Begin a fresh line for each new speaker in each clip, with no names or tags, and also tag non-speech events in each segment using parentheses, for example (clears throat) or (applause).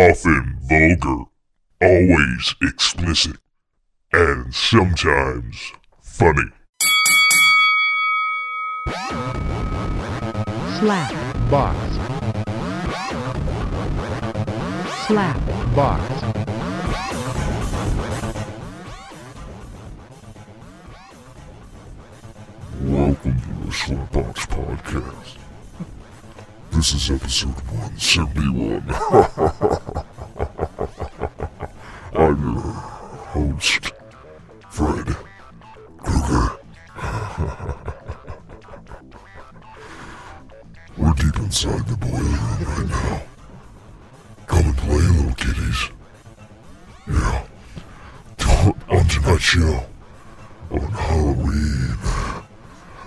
often vulgar, always explicit, and sometimes funny.
slap
box,
slap
box.
Welcome to the Slapbox Podcast. This is episode 171. (laughs) I'm your host, Fred Krueger. (laughs) We're deep inside the boiler room right now. Come and play, little kitties. Yeah. On tonight's show, on Halloween.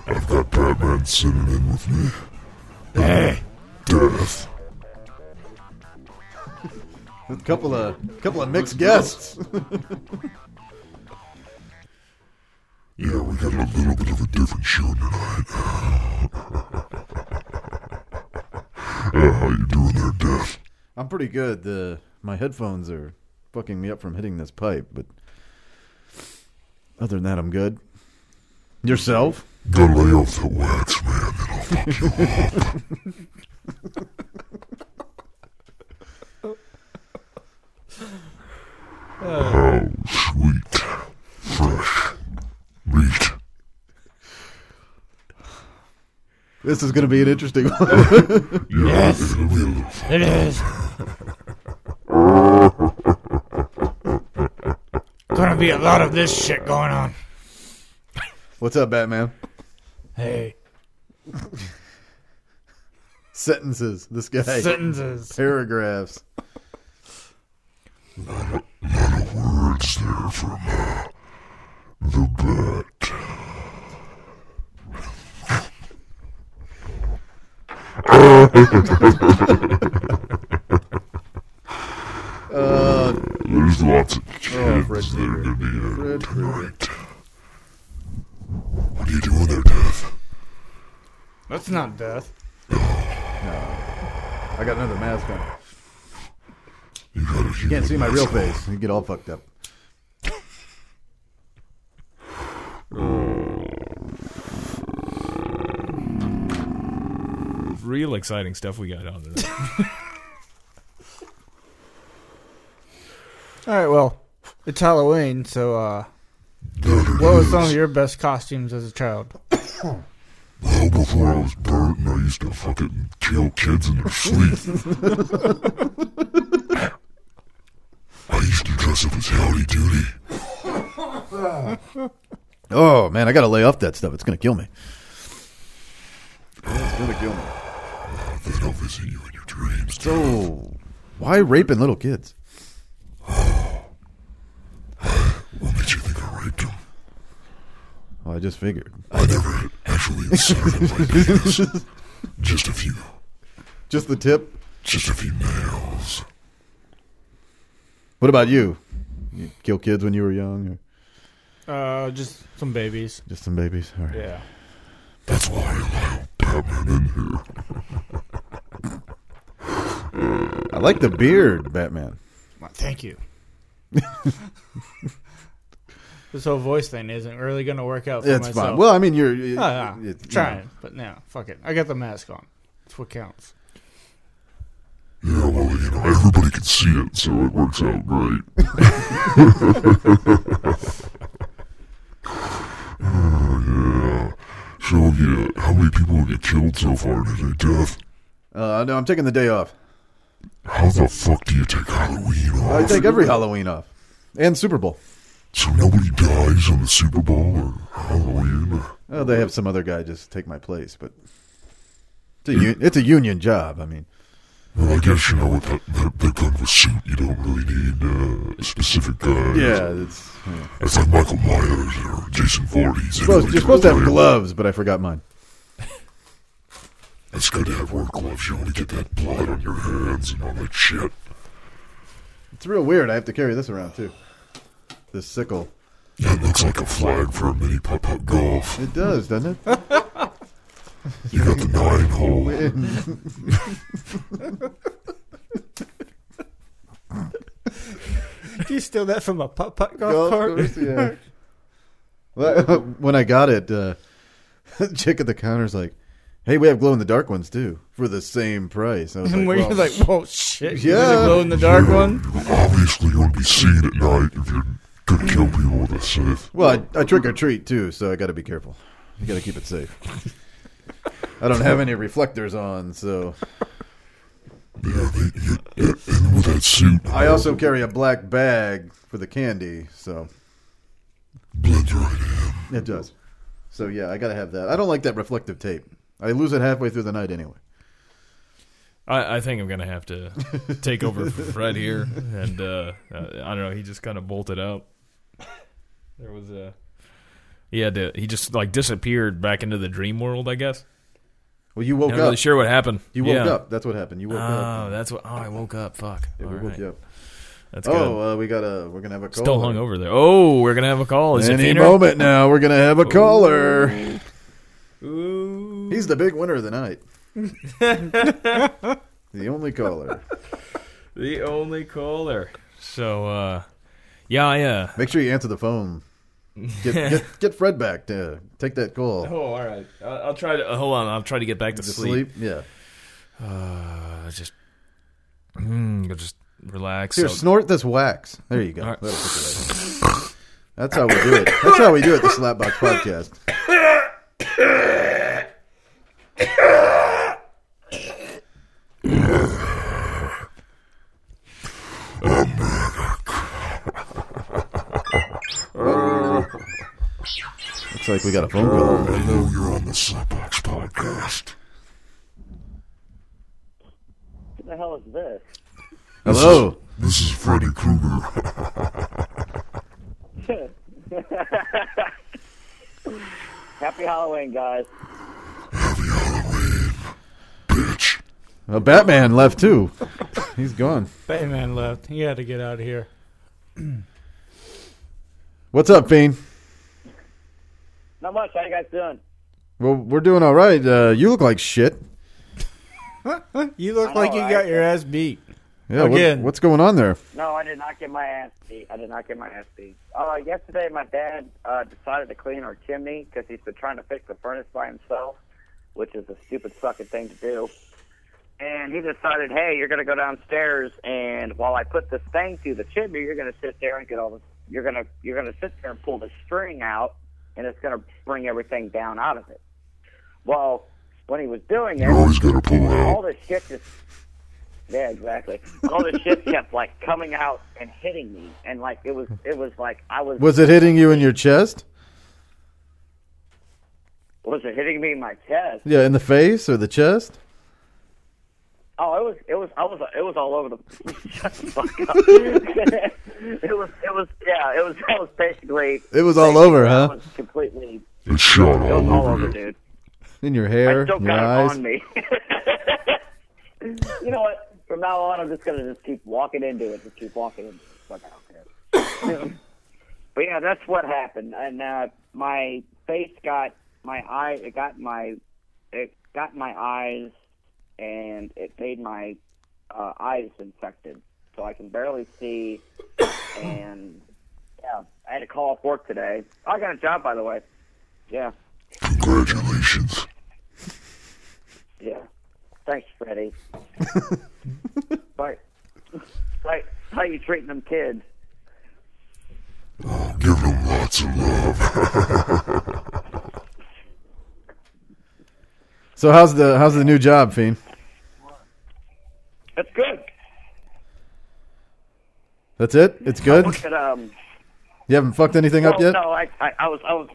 I've got Batman sitting in with me. Death.
A couple of couple of mixed guests. (laughs)
Yeah, we got a little bit of a different show tonight. (laughs) uh, how you doing there, Death?
I'm pretty good. The my headphones are fucking me up from hitting this pipe, but other than that, I'm good. Yourself?
Gotta lay off that wax, man. It'll fuck you up. How sweet, fresh meat.
This is going to be an interesting (laughs) one.
Yeah, yes. it'll be a (laughs) little
It is. Gonna be a lot of this shit going on.
What's up, Batman?
Hey,
Sentences. This guy.
sentences.
Paragraphs.
words there from uh, the bat.
Uh,
There's lots of
Oh, Fred
kids that are
Krueger.
going to be there
Fred Krueger.
tonight. What are you doing there, Death?
That's not death.
I got another mask on.
You got a human
Can't see my real
mask on.
face. You get all fucked up.
real exciting stuff we got on there.
All right, well, it's Halloween, so uh,
That it
what was some
is.
of your best costumes as a child?
Well, before I was burnt, and I used to fucking kill kids in their sleep. I used to dress up as Howdy Doody.
Oh man, I gotta lay off that stuff. It's gonna kill me. It's gonna kill me.
Then I'll visit you in your dreams.
So, why raping little kids?
What makes you think I raped him?
Well, I just figured.
I never actually inserted my penis. Just a few.
Just the tip.
Just a few nails.
What about you? You kill kids when you were young, or
Uh, just some babies.
just some babies? All right.
Yeah.
That's why I allow Batman in here.
I like the beard, Batman.
Thank you. (laughs) this whole voice thing isn't really gonna work out for
It's
myself.
fine. Well, I mean, you're you-
Ah, ah,
it- you
trying,
know.
but no, fuck it. I got the mask on. That's what counts.
Yeah, well, you know, everybody can see it, so it works out great. (laughs) Oh, yeah. So, yeah, how many people have you killed so far today, Death?
Uh, no, I'm taking the day off.
How the fuck do you take Halloween off?
I take every Halloween off, and Super Bowl.
so nobody dies on the Super Bowl or Halloween?
Oh, they have some other guy just take my place, but it's a, u- it's a union job. I mean,
Well, I guess, you know, with that, that big gun of a suit, you don't really need uh, a specific guy.
yeah, it's yeah.
It's like Michael Myers or Jason Voorhees.
Supposed-
Anybody
you're
can
supposed to have
play 'em.
gloves, but I forgot mine.
It's good to have work gloves. You only get that blood on your hands and all that shit.
It's real weird. I have to carry this around too. This sickle.
That looks like a flag for a mini putt putt golf.
It does, doesn't it?
You got the nine hole.
you steal that from a putt putt
Golf
golf, cart? (laughs)
course, yeah. (laughs) Well, (laughs) when I got it, uh, (laughs) the chick at the counter's like, "Hey, we have glow in the dark ones too for the same price." I
(laughs)
was
And
like,
where you're
"Well,
like, whoa, shit. Yeah.
Yeah.
glow in the dark
(laughs)
one.
You obviously won't be seen at night if you're gonna kill people with a Sith.
Well, I, I trick or treat too, so I got to be careful. You got to keep it safe. (laughs) I don't have any reflectors on, so
Yeah, they, you, and with that suit,
I also carry a black bag for the candy. So
blends right in.
it does. So yeah, I got to have that. I don't like that reflective tape. I lose it halfway through the night anyway.
I, I think I'm gonna have to take over for Fred here, and uh, I I don't know. He just kind of bolted out. There was a he had to, he just like disappeared back into the dream world. I guess.
Well, you woke
Not
up.
really sure what happened.
You woke
Yeah.
up. That's what happened. You woke
Oh,
up.
that's what. Oh, I woke up. Fuck.
Yeah, we
All
woke
right.
you up.
That's good.
Oh, uh, we got a. We're gonna have a caller.
Still hung over there. Oh, we're gonna have a call. Is
Any
it Feener?
moment now, we're gonna have a caller.
Ooh.
He's the big winner of the
(laughs)
night. the only caller.
The only caller. So, uh, yeah, yeah.
Make sure you answer the phone. Get get, get Fred back to take that call.
(laughs) Oh, all right. I'll, I'll try to uh, hold on. I'll try to get back to
To
sleep.
sleep. Yeah.
Uh, just,
Hmm,
mm, I'll just relax.
Here,
I'll-
snort this wax. There you go.
All right.
That'll put you right. That's how we do it. That's how we do it. The Slapbox Podcast. Looks like we got a phone call.
Hello, you're on the Slapbox podcast.
What the hell is this?
Hello.
This is Freddy Krueger. (laughs)
Happy Halloween, guys.
Happy Halloween, bitch.
Uh, Batman left too. He's gone.
Batman left. He had to get out of here.
What's up, Fiend?
Not much. How you guys doing?
Well, we're doing all right. Uh, you look like shit.
You look
I know,
like you got
right?
your ass beat.
Yeah. what-
Again.
what's going on there?
No, I did not get my ass beat. I did not get my ass beat. Uh, yesterday, my dad uh, decided to clean our chimney because he's been trying to fix the furnace by himself, which is a stupid sucking thing to do. And he decided, hey, you're going to go downstairs, and while I put this thing through the chimney, you're going to sit there and get all the. You're gonna you're gonna sit there and pull the string out, and it's gonna bring everything down out of it. Well, when he was doing it,
You always gotta pull it
all
out.
this shit just yeah exactly all this shit kept like coming out and hitting me and like it was it was like i was
Was it hitting you in your chest?
was it hitting me in my chest
Yeah, in the face or the chest?
oh it was it was i was it was all over the (laughs) shut the fuck up (laughs) it was it was yeah it was that was basically
It was all over,
I
huh?
was completely
It's shot
it was
all
all
over
over
you.
dude
In your
i
hair,
still
your
got it
eyes.
on me (laughs) you know what from now on i'm just gonna just keep walking into it just keep walking into it fuck i don't care (coughs) But yeah, that's what happened, and uh, my face got my eye. It got my it got my eyes, and it made my uh, eyes infected, so I can barely see. (coughs) And yeah, I had to call off work today. I got a job, by the way. Yeah,
Congratulations.
yeah. Thanks, Freddie. but like, how you treating them kids?
Oh, give them lots of love. (laughs)
So how's the how's the new job, Fiend?
That's good.
That's it?
(laughs)
It's good?
Look at um.
You haven't fucked anything up
Oh,
yet? (laughs)
No, I, I, I was, I was,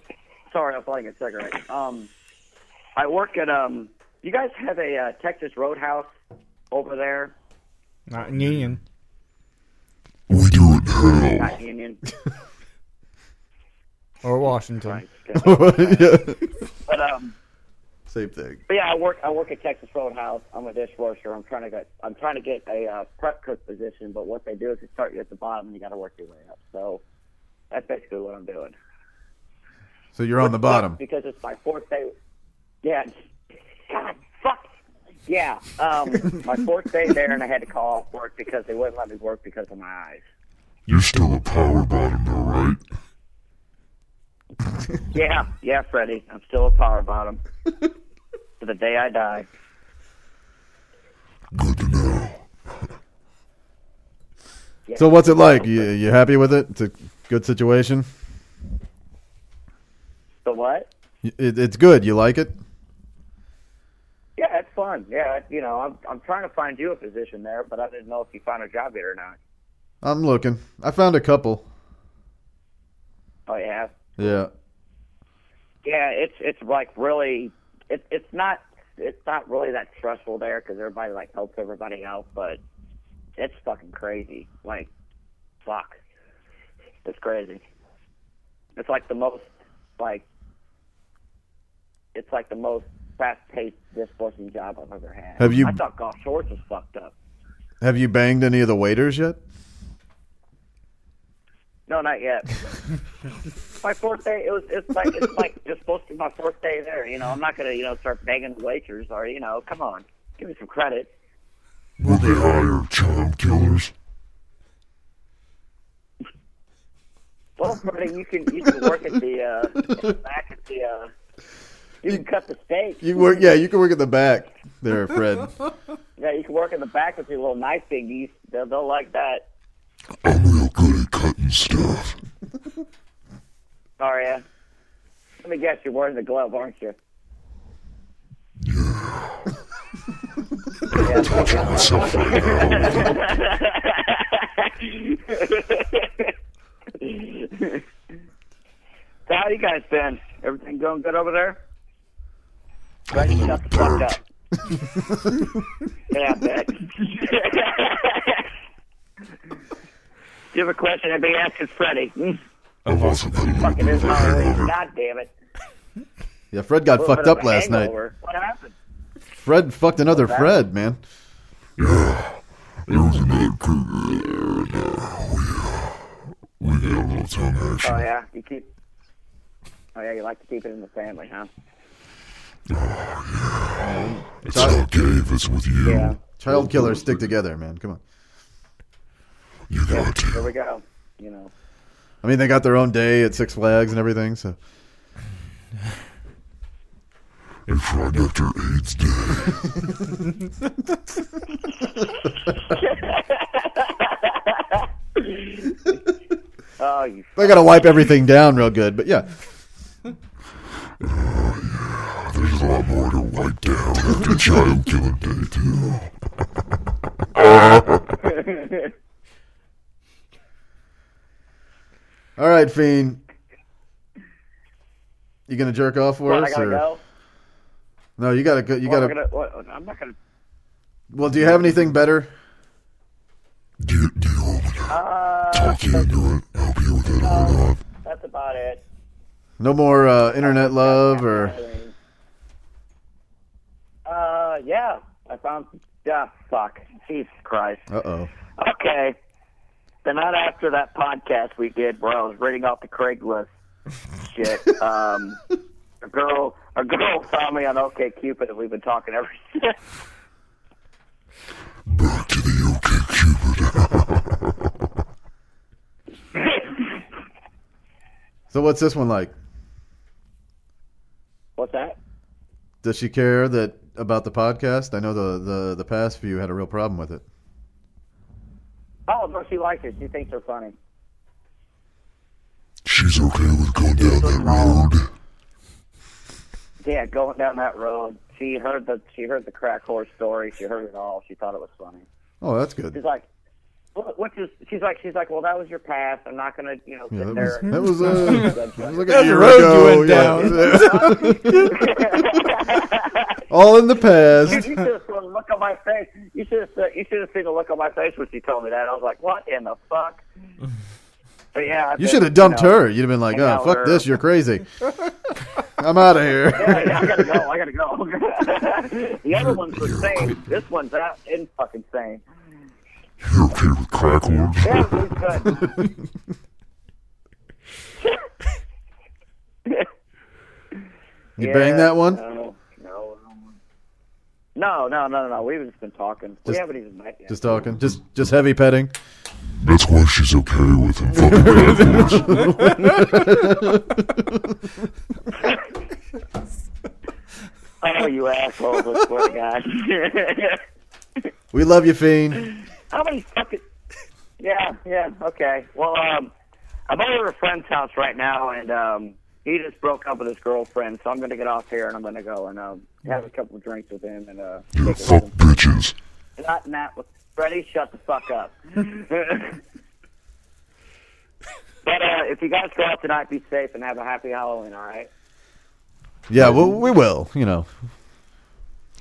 sorry, I was lighting a cigarette. Um, I work at um. You guys have a uh, Texas Roadhouse over there,
Not in Union.
We do it in hell.
not Union.
Or Washington.
yeah.
but um,
Same thing.
but yeah, I work, I work at Texas Roadhouse. I'm a dishwasher. I'm trying to get, I'm trying to get a uh, prep cook position. But what they do is they start you at the bottom and you got to work your way up. So that's basically what I'm doing.
So you're on the bottom.
Because it's my fourth day. Yeah. God, fuck. Yeah.
(laughs)
Um, my fourth day there, and I had to call off work because they wouldn't let me work because of my eyes.
You're still a power bottom, though, right?
Yeah, yeah, Freddie. I'm still a
(laughs)
power bottom. to the day I die.
Good to know.
(laughs) So what's it like? You, you happy with it? It's a good situation.
So what?
Y- It, it's good. You like it?
Yeah, it's fun. Yeah, you know, I'm I'm trying to find you a position there, but I didn't know if you found a job yet or not.
I'm looking. I found a couple.
Oh yeah,
Yeah.
yeah. It's it's like really, it's it's not it's not really that stressful there because everybody like helps everybody out, but it's fucking crazy. Like, fuck, it's crazy. It's like the most like it's like the most fast paced divorcing job I've ever had.
Have you-
I thought golf shorts was fucked up.
Have you banged any of the waiters yet?
No, not yet. my fourth day. It was. It's like. It's like. It's supposed to be my fourth day there. You know, I'm not gonna. You know, start begging the waitress or. You know, come on, give me some credit.
Were they hire child killers?
Well, Freddie, you can. You can work at the. Uh, back at the. Uh, you can cut the steak.
You work. Yeah, you can work at the back there,
(laughs)
Fred.
Yeah, you can work in the back with your little knife thingies. They'll, they'll like that.
I'm real good at cutting stuff.
Sorry. Uh, let me guess. You're wearing the glove, aren't you? (laughs)
I'm touching myself right now.
So how you guys been? Everything going good over there? (laughs) Right, shut the fuck up. yeah, I bet. you have a question? Anybody ask is Freddie. Mm,
I've also got a little
Fucking
bit
is
of a
not
hangover.
real. God damn it.
Yeah, Fred got
Little
fucked
bit of
up
a
last night.
hangover. What happened?
Fred fucked another Fred, man.
There was another crew there, and uh, we, uh, we had a little tongue action.
Oh yeah, you keep. Oh yeah, you like to keep it in the family, huh?
It's not gay if it's with you.
Yeah.
Child killers stick together, man. Come on.
You got
There
to.
we go.
(laughs)
You know.
I mean, they got their own day at Six Flags and everything. So
It's right after AIDS Day.
Oh, you.
they got to wipe everything down real good. But yeah,
There's a lot more to wipe down after Child Killing Day, too.
all right, fiend. You gonna jerk off for
What, I
us?
gotta
or-
go.
No, you gotta go. You
What,
gotta.
we're gonna- what, I'm not gonna.
Well, do you have anything better?
Do you, do you want me to
Uh,
talk you into it? Help you with it or not?
That's about it.
No more uh,
(laughs)
internet love or
Uh, yeah. I found. Yeah, fuck. Jesus Christ.
uh oh.
Okay. The night after that podcast we did where I was reading off the Craigslist shit, um, a girl a girl found me on OK Cupid and we've been talking ever (laughs) since.
Back to the OK Cupid.
So what's this one like?
What's that?
Does she care that about the podcast? I know the the the past few had a real problem with it.
Oh, no, she likes it. She thinks they're funny.
She's okay with going down that road.
Yeah, going down that road. She heard the she heard the crack horse story. She heard it all. She thought it was funny.
Oh, that's good.
She's like, "What- "What's this?" She's like, "She's like, well, that was your past. I'm not gonna, you know, sit
Yeah, that was that was, uh,
there."
that was like a
the
year
road you
ago.
went
(laughs)
yeah. All in the
You
past.
should have seen the look on my face. You should have you should have seen the look on my face when she told me that. I was like, "What in the fuck?" But yeah, I've
You
been,
should have dumped
know,
her. You'd have been like, "Oh,
Yeah,
fuck
we're-
this. You're
(laughs)
crazy. I'm out of here."
I gotta go. (laughs) I gotta go. the other ones were sane. This one's out in fucking sane.
You're okay with crack horns?
Yeah,
(laughs)
it's good.
You bang that one?
No, no, no, no, no, no. We've just been talking. we
Just-
haven't even met yet.
Just talking. Just just heavy petting.
That's why she's okay with him fucking backwards.
Oh, you assholes! I swear to God. (laughs)
We love you, Fiend.
How many fucking? Yeah, yeah, okay. Well, um, I'm over at a friend's house right now, and um, he just broke up with his girlfriend, so I'm gonna get off here and I'm gonna go and um, have a couple of drinks with him and uh,
Yeah, fuck bitches.
not not with Freddie. Shut the fuck up. (laughs) but uh, if you guys go out tonight, be safe and have a happy Halloween. All right.
Yeah, well, we will. You know,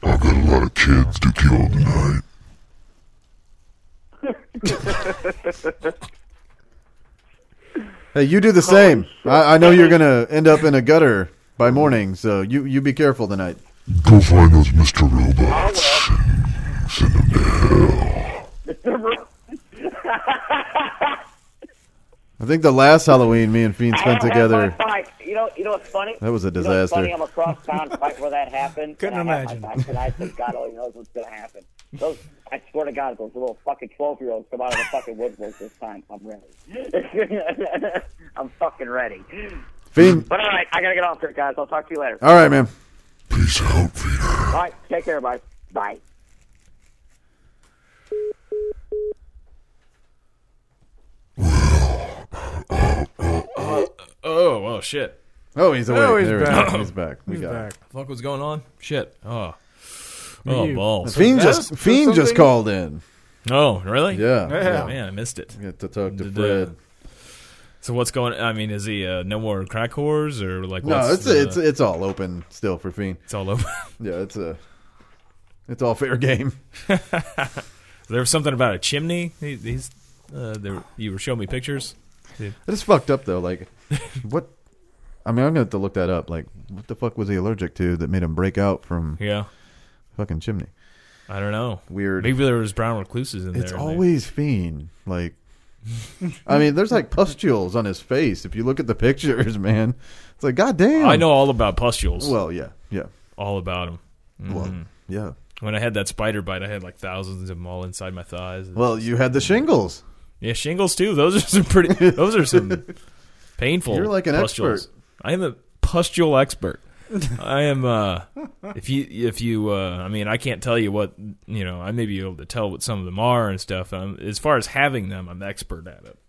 I've got a lot of kids to kill tonight.
hey, you do the same. I, I know you're gonna end up in a gutter by morning, so you you be careful tonight.
Go find those Mr. Robots and send them to hell.
I think the last Halloween me and Fiend
I (laughs)
spent
don't
together.
Have my bike. You know, you know what's funny?
That was a
You know what's funny?
disaster.
I'm across town right where that
(laughs)
happened.
Couldn't
and I have
imagine.
My bike tonight, so God only knows what's gonna happen. Those, I swear to God, those little fucking twelve-year-olds come out of the fucking woodwork this time. I'm ready. (laughs) I'm fucking ready.
Fiend.
But all right, I gotta get off there, guys. I'll talk to you later.
All right, man.
Peace out, Peter.
All right, take care, bye. Bye.
Oh, well, shit.
Oh, he's awake.
he's
There he is.
back.
He's back. We got. Him.
Back.
Fuck was going on? Shit. Oh. Oh,
you.
balls.
Fiend
That
just
was-
Fiend just
something-
called in.
Oh, really?
Yeah.
Yeah.
Man, I missed it.
Get to talk to
Did,
Fred.
uh, So what's going? I mean, is he uh, no more crack whores or like?
No, it's
what's the-
it's it's all open still for Fiend.
it's all over. (laughs)
Yeah, it's a it's all fair game. (laughs)
there was something about a chimney. He, he's uh, there. You were showing me pictures.
It is fucked up though.
(laughs)
Like, what? I mean, I'm gonna have to look that up. Like, what the fuck was he allergic to that made him break out from
Yeah,
fucking chimney?
I don't know.
Weird.
Maybe there was brown recluses in there.
it's
and they-
always fiend. Like, I mean, there's like pustules on his face. If you look at the (laughs) pictures, man, it's like goddamn.
I know all about pustules.
Well, yeah, yeah.
all about them.
Well,
Mm-hmm.
yeah.
When I had that spider bite, I had like thousands of them all inside my thighs.
Well, you had the shingles.
yeah, shingles too. Those are some pretty.
(laughs)
Those are some painful.
You're like an
pustules.
expert.
I am a pustule expert. I am. uh If you, if you, uh I mean, I can't tell you what you know. I may be able to tell what some of them are and stuff. Um, as far as having them, I'm expert at it.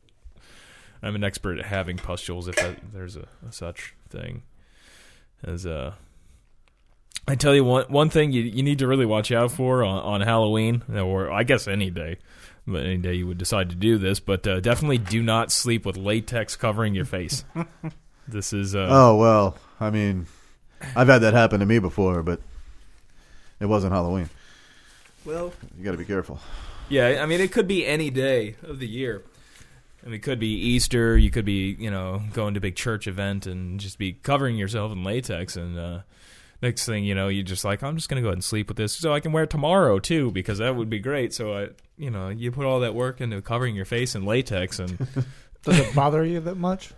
I'm an expert at having pustules, if that, there's a, a such thing. As uh, I tell you one one thing you you need to really watch out for on, on Halloween, or I guess any day, but any day you would decide to do this. But uh, definitely do not sleep with latex covering your face. this is uh,
Oh well. I mean, I've had that happen to me before, but it wasn't Halloween.
well,
You got to be careful.
yeah. I mean, it could be any day of the year. I mean, it could be Easter. You could be you know going to a big church event and just be covering yourself in latex and. uh Next thing you know, you're just like, I'm just gonna go ahead and sleep with this, so I can wear it tomorrow too, because that would be great. So I, you know, you put all that work into covering your face in latex, and
Does (laughs) it bother you that much?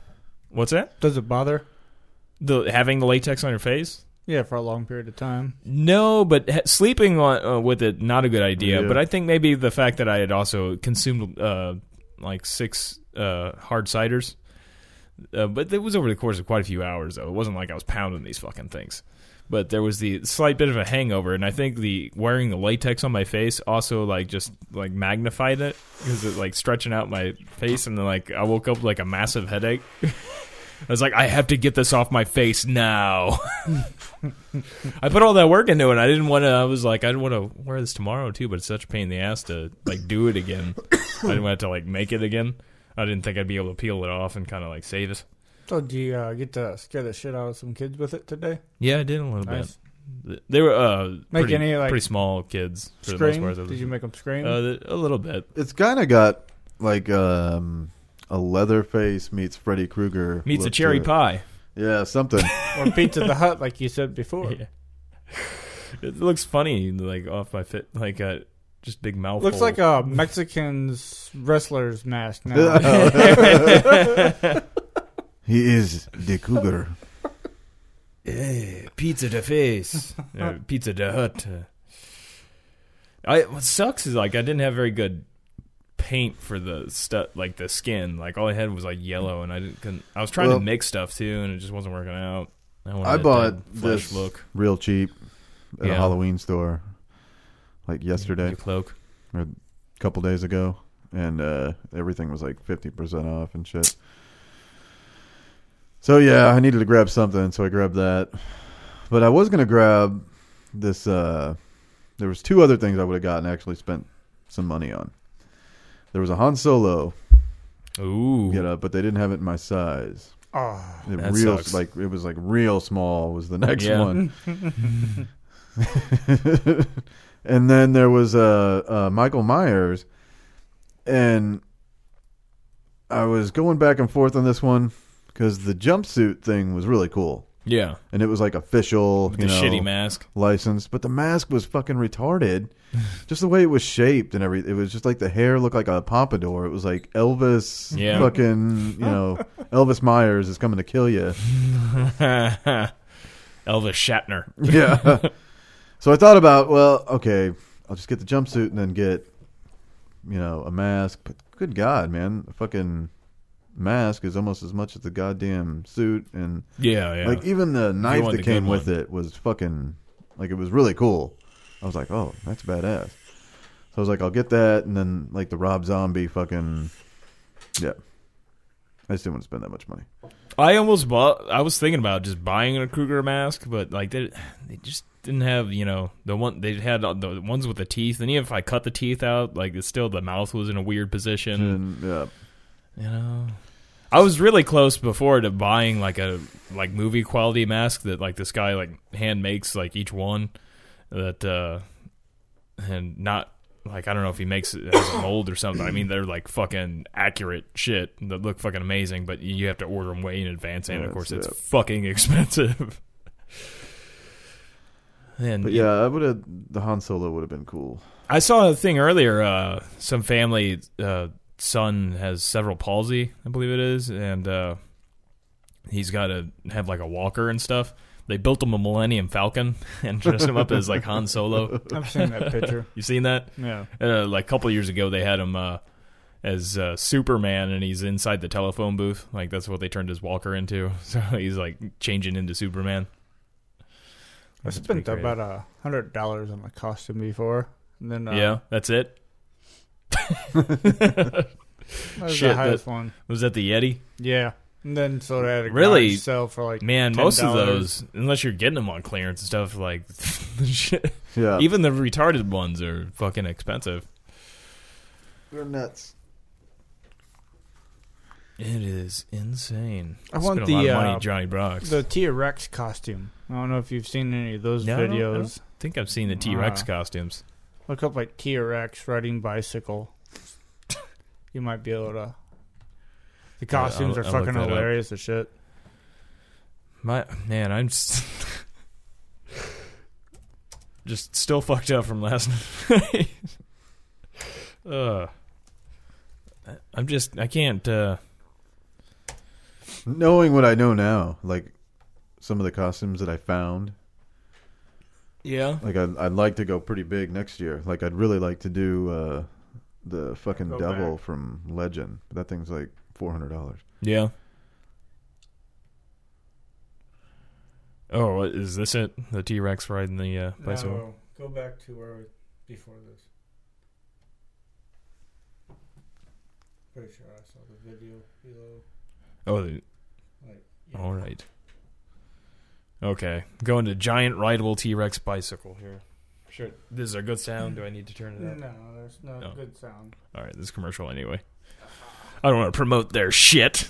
what's that?
Does it bother?
The having the latex on your face?
Yeah, for a long period of time.
No, but ha- sleeping on uh, with it not a good idea.
Yeah.
But I think maybe the fact that I had also consumed uh, like six uh, hard ciders, uh, but it was over the course of quite a few hours though. It wasn't like I was pounding these fucking things. But there was the slight bit of a hangover, and I think the wearing the latex on my face also like just like magnified it because it like stretching out my face, and then like I woke up with like a massive headache. (laughs) I was like, I have to get this off my face now. I put all that work into it. I didn't want to. I was like, I'd want to wear this tomorrow too, but it's such a pain in the ass to like do
(coughs)
it again. I didn't want to like make it again. I didn't think I'd be able to peel it off and kind of like save it.
So do you uh, get to scare the shit out of some kids with it today?
Yeah, I did a little
Nice.
bit. They were uh,
Make
pretty,
any, like,
pretty small kids for the most
Scream?
part. That
Did
was-
you make them scream?
uh, th- a little bit.
It's kind of got like um, a Leatherface meets Freddy Krueger
Meets a
look
cherry
to it.
pie.
Yeah, something.
or Pizza the Hut, like you said before.
(laughs) (laughs) Yeah. It looks funny, like off my fit, like uh, just big mouthful.
Looks like a Mexican's wrestler's mask now.
(laughs)
he is the cougar.
Eh, pizza
(laughs)
de face, uh, pizza de hut. I what sucks is like I didn't have very good paint for the stuff, like the skin. Like all I had was like yellow, and I didn't. Couldn't, I was trying
Well-
to mix stuff too, and it just wasn't working out. I, wanted
I
that
bought
dead flesh
this
look.
real cheap at a
Yeah.
Halloween store like yesterday
Your cloak.
or a couple days ago, and uh, everything was like fifty percent off and shit. So yeah, I needed to grab something, so I grabbed that. But I was gonna grab this. Uh, there was two other things I would have gotten. Actually, spent some money on. There was a Han Solo
Ooh,
get up, but they didn't have it in my size.
Oh,
It
That
real
sucks.
like it was like real small was the next
Yeah.
one. (laughs) and then there was uh, uh Michael Myers and I was going back and forth on this one cuz the jumpsuit thing was really cool
yeah,
and it was like official,
the
you know,
shitty mask. (laughs)
license, but the mask was fucking retarded. just the way it was shaped and everything. It was just like the hair looked like a pompadour. It was like Elvis,
Yeah.
fucking, you know, Elvis Myers is coming to kill you.
Elvis Shatner.
Yeah. so I thought about, well, okay, I'll just get the jumpsuit and then get, you know, a mask. But good God, man, a fucking mask is almost as much as the goddamn suit and
Yeah, yeah.
Like even the knife
want
that
the
came
good
with
one.
it was fucking like it was really cool. I was like, oh, that's badass. So I was like, I'll get that, and then like the Rob Zombie fucking yeah. I just didn't want to spend that much money.
I almost bought. I was thinking about just buying a Kruger mask, but like they, they just didn't have you know the one they had the ones with the teeth, and even if I cut the teeth out, like it's still the mouth was in a weird position.
And yeah,
You know, I was really close before to buying like a like movie quality mask that like this guy like hand makes like each one that uh and not. Like I don't know if he makes it as a mold or something. I mean, they're like fucking accurate shit that look fucking amazing, but you have to order them way in advance, and of
Yes,
course,
yep.
it's fucking (laughs) expensive. and
but yeah, I would have the Han Solo would have been cool.
I saw a thing earlier. Uh, some family uh, son has several palsy, I believe it is, and uh, he's got to have like a walker and stuff. They built him a Millennium Falcon (laughs) and dressed him up as like Han Solo.
I've seen that picture.
You seen that?
Yeah.
Uh, like a couple years ago, they had him uh, as uh, Superman, and he's inside the telephone booth. Like that's what they turned his walker into. (laughs) So he's like changing into Superman.
I
That's
spent
pretty
about a hundred dollars on my costume before. And then uh,
yeah, that's it.
that was
Shit,
the highest one.
Was that the Yeti?
Yeah. And then so they had a
Really?
garage sale for like
Man, most of
$10.
those, unless you're getting them on clearance and stuff, like (laughs) shit.
Yeah,
Even the retarded ones are fucking expensive.
they're nuts.
It is insane.
I want
Spent a lot
the,
of money,
uh,
Johnny Brox.
The T Rex costume. I don't know if you've seen any of those
No, I don't- I
videos.
I think I've seen the T Rex
Ah.
costumes.
Look up like T Rex riding bicycle. (laughs) you might be able to. The costumes
I'll-
are
I'll look
fucking
that up.
hilarious as shit.
My man, I'm (laughs) just, just still fucked up from last (laughs) night. uh, I'm just I can't. uh
Knowing what I know now, like some of the costumes that I found,
Yeah.
like I'd, I'd like to go pretty big next year. Like I'd really like to do uh, the fucking
Go
devil from Legend. That thing's like four hundred dollars.
Yeah. Oh, what- is this it? The T Rex riding the uh, bicycle?
go back to where before this. Pretty sure I saw the video below.
Oh, the,
Like,
all right. Okay, going to giant rideable T Rex bicycle here. Sure, this is a good sound. Do I need to turn it up?
No, there's no,
No.
good sound.
All right, this is commercial anyway. I don't want to promote their shit.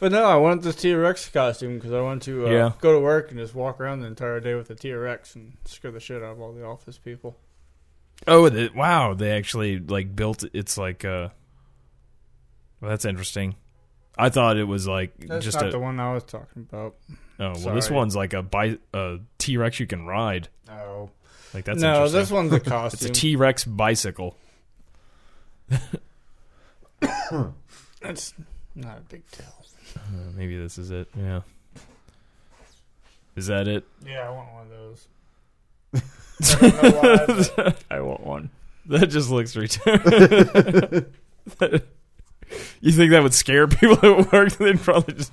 But no, I wanted this T Rex costume because I wanted to uh,
Yeah.
go to work and just walk around the entire day with the T Rex and scare the shit out of all the office people.
Oh, the, wow! They actually like built. It's like uh. Well, that's interesting. I thought it was like
That's
just
not
a,
the one I was talking about.
Oh well, this
Sorry.
one's like a bi- a T Rex you can ride.
No.
Like that's
no,
interesting.
this one's a
(laughs) it's a
costume.
T Rex bicycle.
That's not a big deal.
Uh, maybe this is it. Yeah. Is that it? (laughs)
Yeah, I want one of those. I don't know why, but
I want one. That just (laughs) looks retarded. you think that would scare people at work? They'd probably just.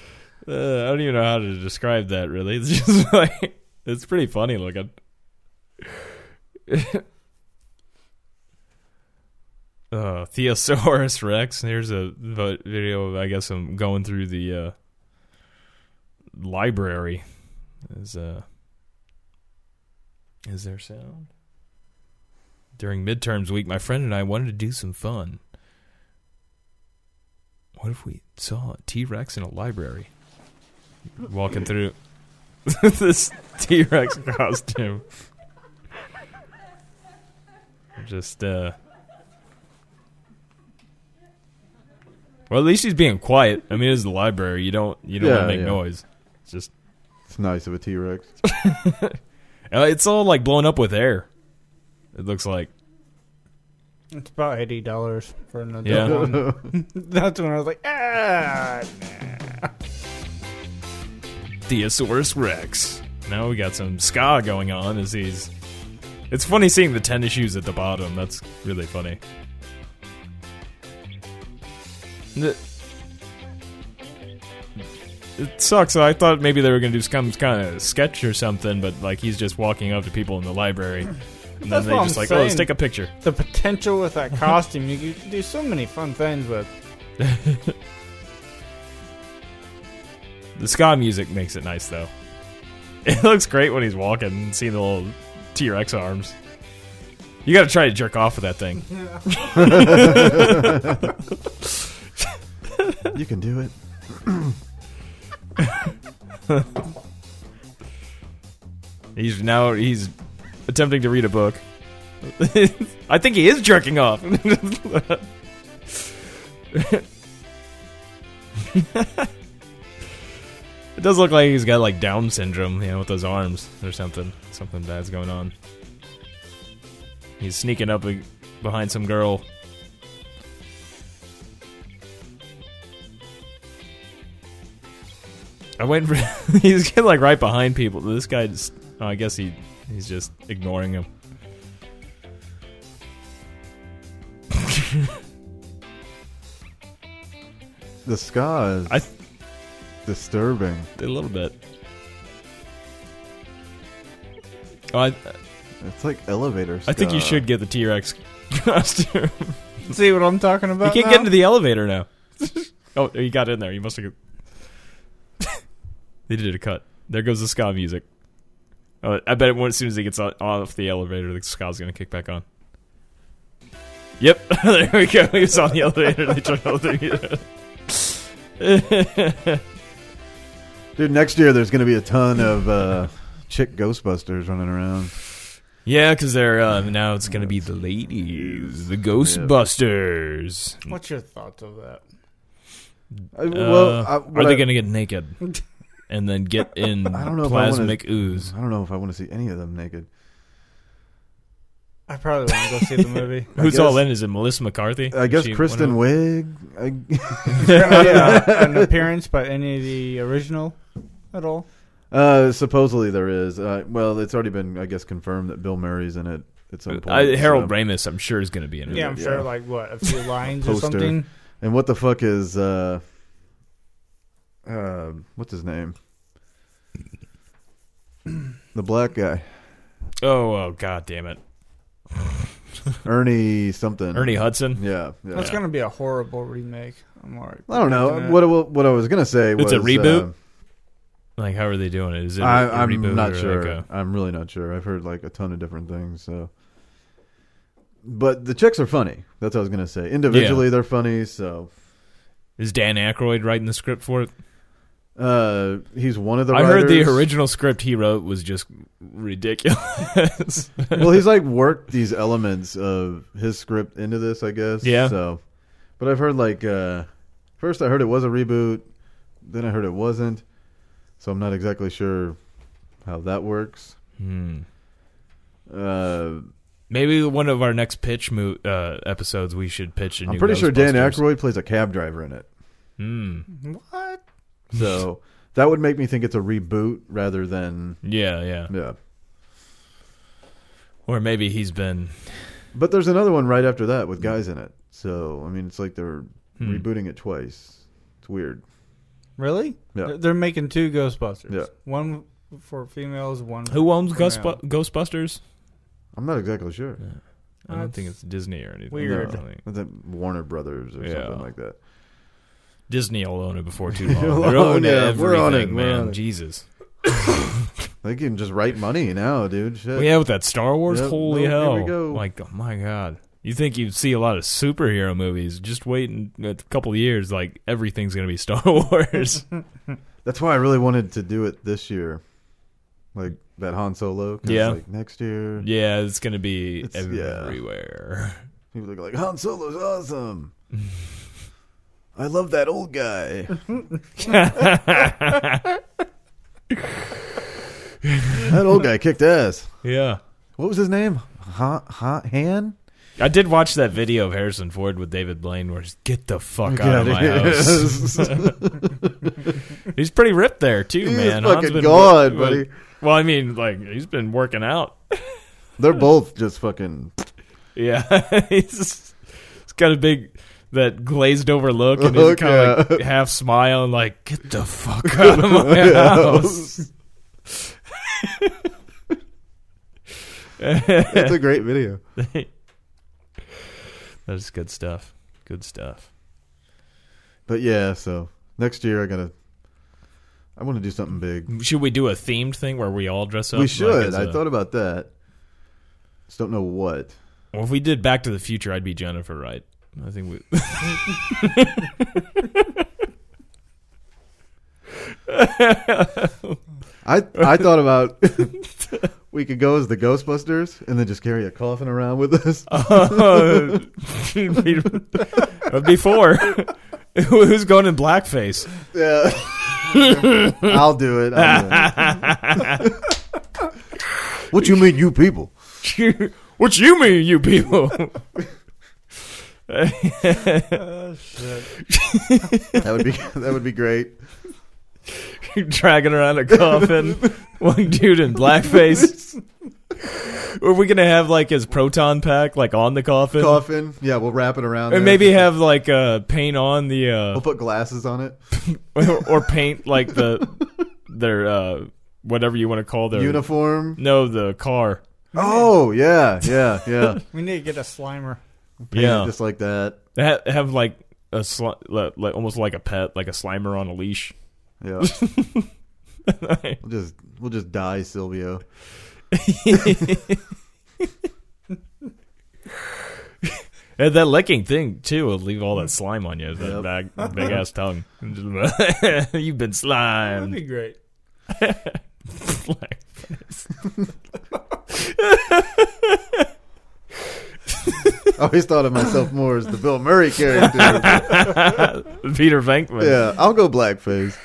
(laughs) Uh, I don't even know how to describe that. Really, it's just (laughs) like it's pretty funny looking. (laughs) uh, Theosaurus Rex. Here's a vo- video. Of, I guess I'm going through the uh, library. Is uh, is there sound? During midterms week, my friend and I wanted to do some fun. What if we saw a T Rex in a library? Walking through (laughs) this T Rex costume. Just, uh. Well, at least he's being quiet. I mean, it's the library. You don't, you don't
Yeah,
wanna make
yeah.
noise. It's just,
It's nice of a T
(laughs)
Rex.
uh, it's all like blown up with air. It looks like.
it's about eighty dollars for an adult
Yeah.
one. (laughs) That's when I was like, ah,
Theosaurus Rex. Now we got some ska going on as he's. It's funny seeing the tennis shoes at the bottom. That's really funny. Th- It sucks. I thought maybe they were gonna do some kind of sketch or something, but like he's just walking up to people in the library, and then
That's
they
what
just
I'm
like, oh, let's
saying.
take a picture.
the potential with that costume. You could do so many fun things with.
The ska music makes it nice though. (laughs) It looks great when he's walking and seeing the little T Rex arms. You gotta try to jerk off with that thing.
You can do it.
He's now he's attempting to read a book. (laughs) I think he is jerking off. (laughs) it does look like he's got like Down syndrome, you know, with those arms or something. Something bad's going on. He's sneaking up be- behind some girl. I went for (laughs) he's getting like right behind people. This guy just oh, I guess he he's just ignoring him.
The ska is
I th-
disturbing.
a little bit. Oh, I
It's like elevator. Ska.
I think you should get the T Rex (laughs) costume.
See what I'm talking
you
about?
can't
now?
get into the elevator now. (laughs) oh, you got in there. You must have. (laughs) they did a cut. There goes the ska music. Oh, I bet it won't, as soon as he gets o- off the elevator, the ska's gonna kick back on. Yep, (laughs) there we go. He was on the elevator. They turned off the music.
Dude, next year there's going to be a ton of uh, chick Ghostbusters running around.
yeah, because they're uh, now it's gonna be the ladies, the Ghostbusters.
What's your thoughts of that?
I, well, I,
Uh,
what
are
I-
they gonna get naked and then get in
(laughs) I don't know if I wanna-
plasmic ooze?
I don't know if I want to see any of them naked.
I probably want to go see the
(laughs)
movie.
Who's
guess-
all in? Is it Melissa McCarthy?
I guess
She-
Kristen
one
Wiig. I,
yeah, an appearance by any of the original at all.
uh, supposedly there is. Uh, well, it's already been, I guess, confirmed that Bill Murray's in it at some
of-
point.
Uh, I, Harold
so-
Ramis, I'm sure, is going to be in it.
Yeah, I'm sure
Yeah.
like what a (laughs) few lines or
Poster.
something.
And what the fuck is uh, uh, what's his name? The black guy,
Oh, oh, god damn it,
Ernie something.
Ernie Hudson.
Yeah, yeah.
That's gonna be a horrible remake. I'm already.
I don't know
Yeah.
what what, what I was gonna say.
It's a
was,
reboot?
uh,
Like, how are they doing it? Is it a
I, I'm
reboot or
not
like
sure.
a-
I'm really not sure. I've heard like a ton of different things. So, but the chicks are funny. That's what I was gonna say. Individually, they're funny. So,
is Dan Aykroyd writing the script for it?
uh, he's one of the.
I heard the
writers.
original script he wrote was just ridiculous.
well, he's like worked these elements of his script into this, I guess.
Yeah.
So, but I've heard like uh, first I heard it was a reboot, then I heard it wasn't. So I'm not exactly sure how that works.
hmm.
Uh,
Maybe one of our next pitch mo- uh, episodes, we should pitch. A
I'm
new
pretty sure Dan
Ghostbusters.
Aykroyd plays a cab driver in it.
Hmm. (laughs)
What?
So That would make me think it's a reboot rather than
Yeah, yeah.
yeah.
Or maybe he's been.
But there's another one right after that with guys in it. So I mean, it's like they're
hmm.
rebooting it twice. It's weird.
Really?
Yeah.
They're- They're making two Ghostbusters.
Yeah.
One for females, one for
Who owns
Yeah.
Ghostbu- Ghostbusters?
I'm not exactly sure.
I don't
That's
think it's Disney or anything.
No,
weird.
I don't think-
I think Warner Brothers or
Yeah.
something like that.
Disney will own it
(laughs)
before too long.
You'll
They're
own
owning
it.
everything,
We're on it. We're
man.
on it.
Jesus.
They can just write money now, dude. Shit.
Well, yeah, with that Star Wars,
Yep. Nope,
holy
here
hell!
we go.
Like, oh my god, you think you'd see a lot of superhero movies? Just waiting a couple of years, like everything's gonna be (laughs) Star
(laughs)
Wars.
That's why I really wanted to do it this year, like that Han Solo. 'cause,
Yeah.
Like next year,
yeah, it's gonna be
It's- yeah. (laughs)
everywhere. (laughs)
people are like Han Solo's awesome. I love that old
(laughs)
guy. that old guy kicked ass.
Yeah.
What was his name? Ha, ha, Han?
I did watch that video of Harrison Ford with David Blaine, where he's get the fuck
Get
out of
outta (laughs)
my
here.
house. (laughs) he's pretty ripped there too,
He's
man.
fucking
Han's been-
gone,
well-
buddy.
Well, I mean, like he's been working out. (laughs)
They're both just fucking.
Yeah, (laughs) he's, just- he's got a big that glazed over look and he's
Look,
kind of like
yeah. (laughs)
half smile and like get the fuck (laughs) out of my
(laughs)
house.
It's a great video.
That's good stuff. Good stuff.
But yeah, so next year I gotta. I want to do something big.
Should we do a themed thing where we all dress up?
we
like,
should.
as
I
a-
thought about that. Just don't know what.
Well, if we did Back to the Future, I'd be Jennifer, right? I think we. (laughs)
I I thought about (laughs) we could go as the Ghostbusters and then just carry a coffin around with us.
Oh. (laughs) But Before, who's going in blackface?
(laughs)
(laughs)
Yeah. I'll do it. I'll do
(laughs)
it. what you mean, you people?
what you mean, you people? (laughs)
That would be (laughs) that would be great.
dragging around a coffin. One dude in blackface. Are we gonna have like his proton pack like on the coffin,
Coffin. Yeah, we'll wrap it around.
and
there.
maybe have like uh, paint on the uh, (laughs)
we'll put glasses on it.
or, or paint like the their uh, whatever you want to call their
Uniform.
No, the car.
Oh yeah, yeah, yeah.
We need to get a Slimer.
Paint it
(laughs) yeah,
just like that.
have, have like a sli- like, like- almost like a pet, like a Slimer on a leash. (laughs)
Yeah. (laughs) we'll just we'll just die, Silvio.
And that licking thing too will leave all that slime on you.
Yep.
That big,
(laughs)
big ass tongue. (laughs) You've
That'd be
been slimed.
great.
I (laughs) always thought of myself more as the Bill Murray character.
(laughs) Peter Venkman.
yeah, I'll go blackface.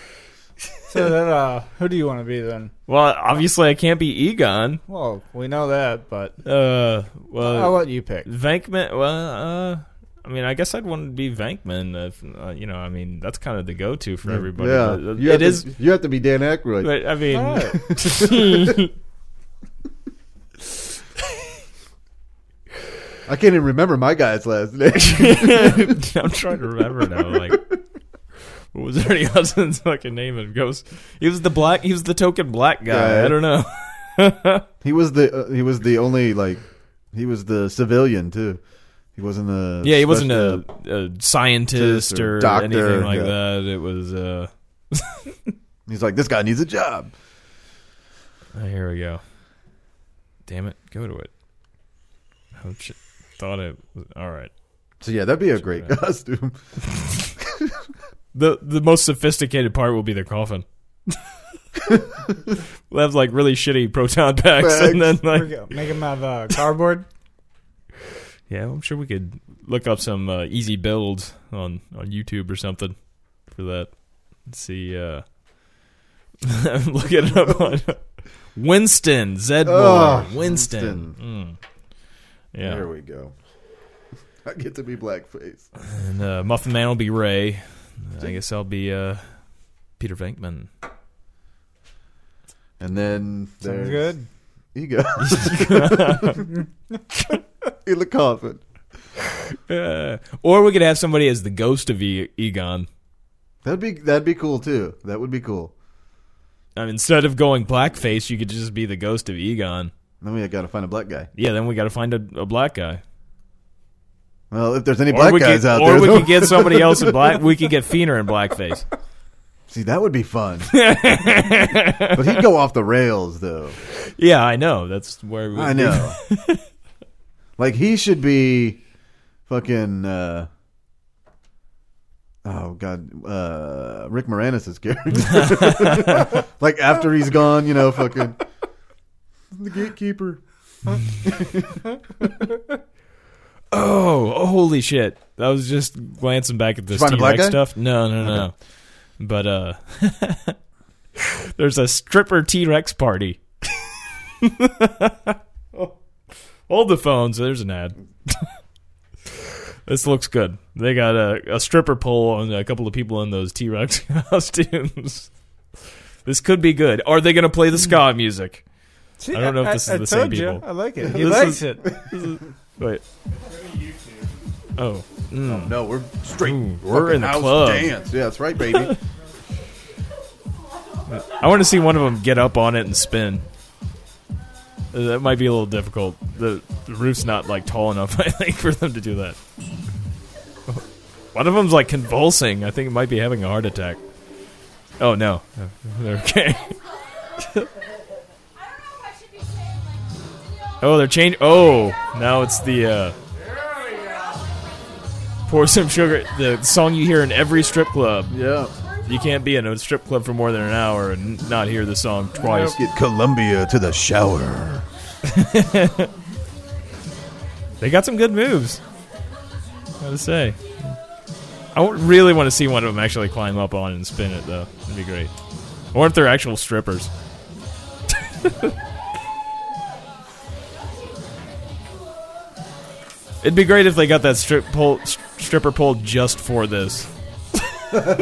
So then, uh, who do you want to be then?
Well, obviously I can't be Egon.
Well, we know that, but
Uh,
I'll
well,
let you pick.
Venkman. Well, uh, I mean, I guess I'd want to be Venkman. If, uh, you know, I mean, that's kind of the go-to for everybody.
Yeah,
It-
you have
it
to,
is.
You have to be Dan Aykroyd.
But I mean,
I can't even remember my guy's last name. (laughs)
I'm trying to remember now. Like, what was Ernie Hudson's fucking name? And goes, he was the black, he was the token black guy.
Guy.
I don't know.
(laughs) he was the uh, he was the only like he was the civilian too. He wasn't a
Yeah, he wasn't
special-
a, a scientist
Scientist or
or
doctor,
anything like
yeah.
that. It was. uh
He's like this guy needs a job.
oh, Here we go. Damn it, go to it. Oh shit! Thought it. Was, all right.
So yeah, that'd be a great
Yeah.
costume.
The the most sophisticated part will be the coffin. (laughs) we'll have like really shitty proton packs, and then
Packs.
like
Here we go. Make him out of uh,
(laughs)
cardboard.
Yeah, I'm sure we could look up some uh, easy builds on on YouTube or something for that. Let's see. Uh, (laughs) I'm looking it up
(laughs)
on Winston Zed
Oh,
Winston. Mm. Yeah,
There we go. I get to be blackface.
and uh, Muffin Man will be Ray. I guess I'll be uh, Peter Venkman.
And then there's
Sounds good.
(laughs)
ego. In the coffin.
Uh, or we could have somebody as the ghost of e- Egon.
That'd be that'd be cool too. That would be cool.
I mean, instead of going blackface, you could just be the ghost of Egon.
Then we gotta find a black guy.
Yeah, then we got to find a, a black guy.
Well, if there's any
Or
black
we
guys
could,
out
or
there,
we
though-
could get somebody else in black. We could get Feener in blackface.
(laughs) see that would be fun. but he'd go off the rails
(laughs)
though.
Yeah, I know. That's where we.
I know. like he should be fucking uh Oh god, uh Rick Moranis' character. (laughs) like after he's gone, you know, fucking (laughs) the gatekeeper.
Oh, oh, holy shit! I was just glancing back at this
Did you find a black
T-Rex
guy?
stuff. No, no, no. But uh, (laughs) there's a stripper T-Rex party. (laughs) Hold the phones. There's an ad. (laughs) this looks good. They got a, a stripper pole and a couple of people in those T-Rex (laughs) costumes. This could be good. Are they going to play the ska music?
See,
I don't know if this is the same
told ya,
people.
I like
(laughs)
it. He
This
likes
is-
it.
Wait. Oh.
No, we're straight.
Ooh, we're in the
house
club.
dance. Yeah, that's right,
(laughs)
baby.
I want to see one of them get up on it and spin. Uh, That might be a little difficult. The, the roof's not like tall enough, (laughs) I think, for them to do that. One of them's like convulsing. I think it might be having a heart attack. Oh no, (laughs) Uh, they're okay. (laughs) Oh, they're changing. Oh, now it's the. Uh, Pour some sugar. The song you hear in every strip club.
yeah.
You can't be in a strip club for more than an hour and not hear the song twice.
Let's get Columbia to the shower.
They got some good moves. Gotta say. I would- really want to see one of them actually climb up on and spin it, though. That'd be great. Or if they're actual strippers. (laughs) It'd be great if they got that strip pole, s- stripper pole just for this. (laughs) like,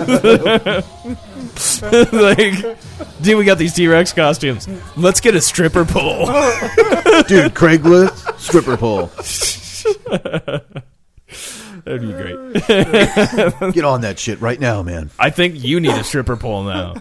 dude, we got these T Rex costumes. Let's get a stripper pole.
Dude, Craigslist, stripper pole.
(laughs) That'd be great.
(laughs) Get on that shit right now, man.
I think you need a stripper pole now.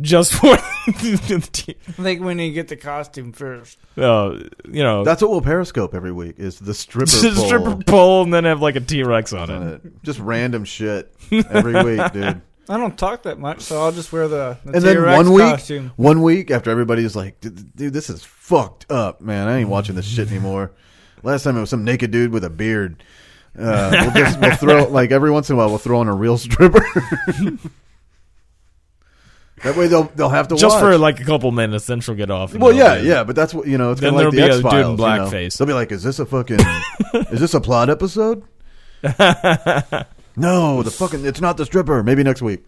Just for (laughs)
I think we need to get the costume first.
uh, you know
That's what we'll periscope every week is the stripper
(laughs) just a
pole.
stripper pole and then have like a T Rex on
on
it.
it. Just random shit every week, dude.
I don't talk that much, so I'll just wear the, the
And then
T-Rex
one week,
costume.
one week after everybody's like, dude, dude, this is fucked up, man. I ain't watching this shit anymore. Last time it was some naked dude with a beard. Uh, we'll just we'll throw like every once in a while we'll throw in a real stripper. (laughs) that way they'll they'll have to
Just
watch.
for like a couple minutes, then she'll get off. and
Well,
they'll
yeah,
do it.
yeah, but that's what you know. It's
Then
kind of like the
there'll
X
be a dude in
Files.
blackface.
They'll be like, "Is this a
(laughs)
fucking? is this a plot episode?" no, the fucking. It's not the stripper. Maybe next week.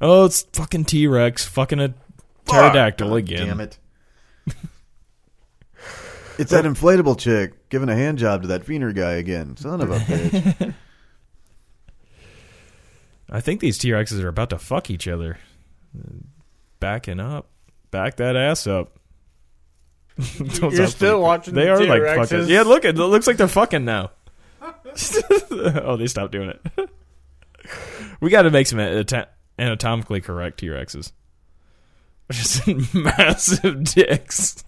Oh, it's fucking T Rex fucking a pterodactyl
God
again.
Damn it! it's that inflatable chick giving a hand job to that Feener guy again. Son
(laughs)
of a bitch.
I think these T Rexes are about to fuck each other. Backing up, back that ass up. (laughs) Don't
You're
stop
still watching
They
the
are like
T-Rexes?
fucking. Yeah, look, it looks like they're fucking now. (laughs) oh, they stopped doing it. (laughs) we got to make some ata- anatomically correct T Rexes. (laughs) Just massive dicks.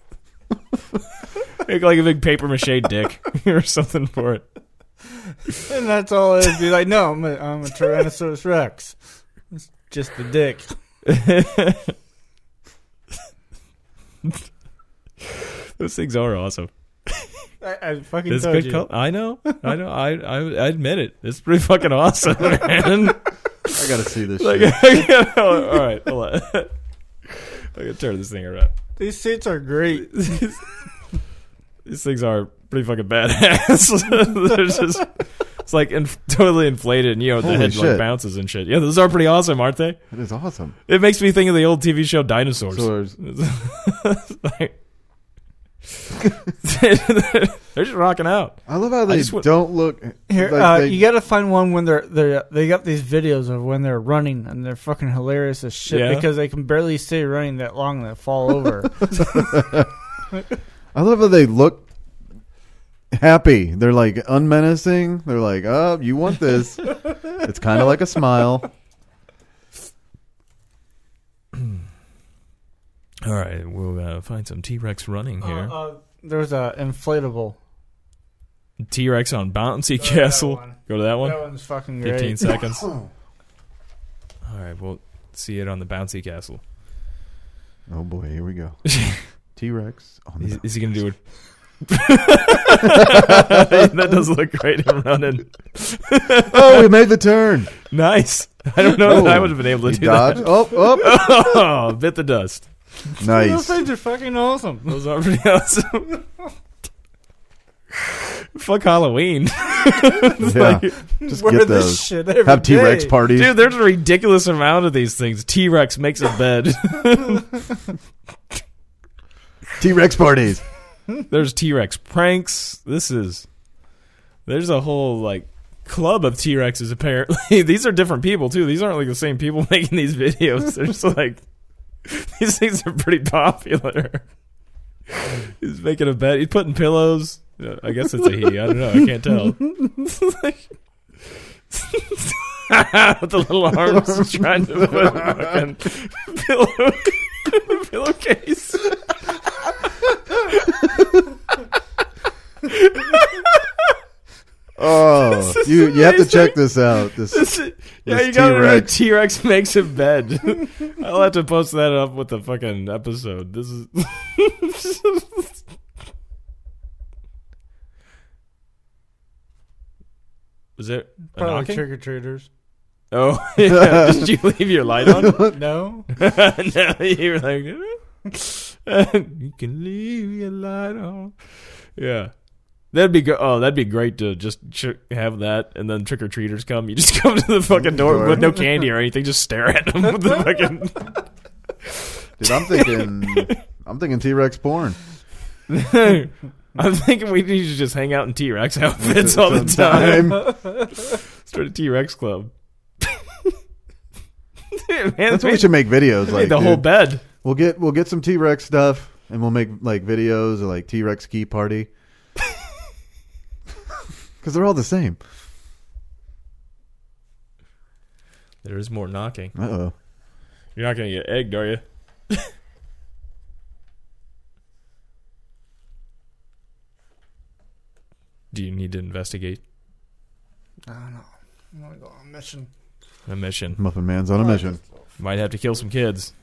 (laughs) Make like a big paper mache dick (laughs) or something for it. (laughs)
And that's all it'd be like, no, I'm a, I'm a Tyrannosaurus Rex. It's just the dick.
Those things are awesome.
I, I fucking
It's
told
good
you.
col- I know. I know. I, I I admit it. It's pretty fucking awesome, (laughs) man.
I gotta see this.
like, (laughs)
shit.
all right, hold on. (laughs) I gotta turn this thing around.
These suits
(laughs)
are great.
These things are pretty fucking badass. (laughs) They're just. It's like inf- totally inflated, and you know the
Holy
head like
shit.
bounces and shit. Yeah, those are pretty awesome, aren't they?
That is awesome.
It makes me think of the old TV show (laughs) Dinosaurs.
Swords.
It's like- (laughs) They're just rocking out.
I love how they
just want-
don't look.
Here,
like
uh,
they-
you got to find one when they're they they got these videos of when they're running and they're fucking hilarious as shit
Yeah.
because they can barely stay running that long. They fall
(laughs)
over.
I love how they look happy. They're like unmenacing. They're like, oh, you want
(laughs)
this? it's kind of like a smile.
All right, we'll uh, find some T Rex running here.
Uh, there's a inflatable.
T Rex on Bouncy Castle.
one.
Go to that one.
That one's fucking great.
15 seconds. All right, we'll see it on the Bouncy Castle.
Oh boy, here we
(laughs)
go. T Rex on
Is,
the.
(laughs) is he going to do it? that does look great. Him running.
Oh, we made the turn.
Nice. I don't know that I
Oh,
would have been able
He
to do
dodged. Oh,
(laughs)
oh,
that. oh, bit the dust.
Those
nice.
things are fucking awesome. (laughs)
Those are pretty awesome. (laughs) Fuck Halloween.
Yeah, just
Wear
get
this
those.
shit every
Have T Rex
day.
parties. (laughs)
Dude, there's a ridiculous amount of these things. T Rex makes a bed.
T Rex
(laughs)
parties.
There's T Rex pranks. This is there's a whole like club of T Rexes apparently. (laughs) these are different people too. These aren't like the same people (laughs) making these videos. They're just like (laughs) these things are pretty popular. (laughs) He's making a bed. He's putting pillows. Uh, I guess it's a he. I don't know. I can't tell. With the little arms trying to put a fucking pillow (laughs) pillowcase.
Oh,
This is
you you have to
amazing.
check this out. This
This is- yeah,
This
you gotta know
T-Rex.
T Rex makes a bed. (laughs) I'll have to post that up with the fucking episode. This is. (laughs) Was there a
Probably
knocking?
trick or treaters.
oh, (laughs) yeah. did you leave your light on?
No,
(laughs) no, you were like, you can leave your light on. Yeah. That'd be good. Oh, that'd be great to just tr- have that, and then trick or treaters come. You just (laughs) come to the fucking door
Door.
with no candy or anything. Just stare at them with the fucking.
(laughs) dude, I'm thinking. I'm thinking T Rex porn.
(laughs) I'm thinking we need to just hang out in T Rex outfits all the time. (laughs)
Sometime.
Start a T Rex club. (laughs) Dude, man,
That's what
we
we should make videos
made
like.
the whole
dude.
bed.
We'll get we'll get some T Rex stuff, and we'll make like videos or like T Rex key party. Because they're all the same.
There is more knocking.
Uh oh.
You're not gonna get egged, are you? Do you need to investigate
I don't know. I'm gonna go on a mission.
a mission?
Muffin Man's on a mission.
Might have to kill some kids.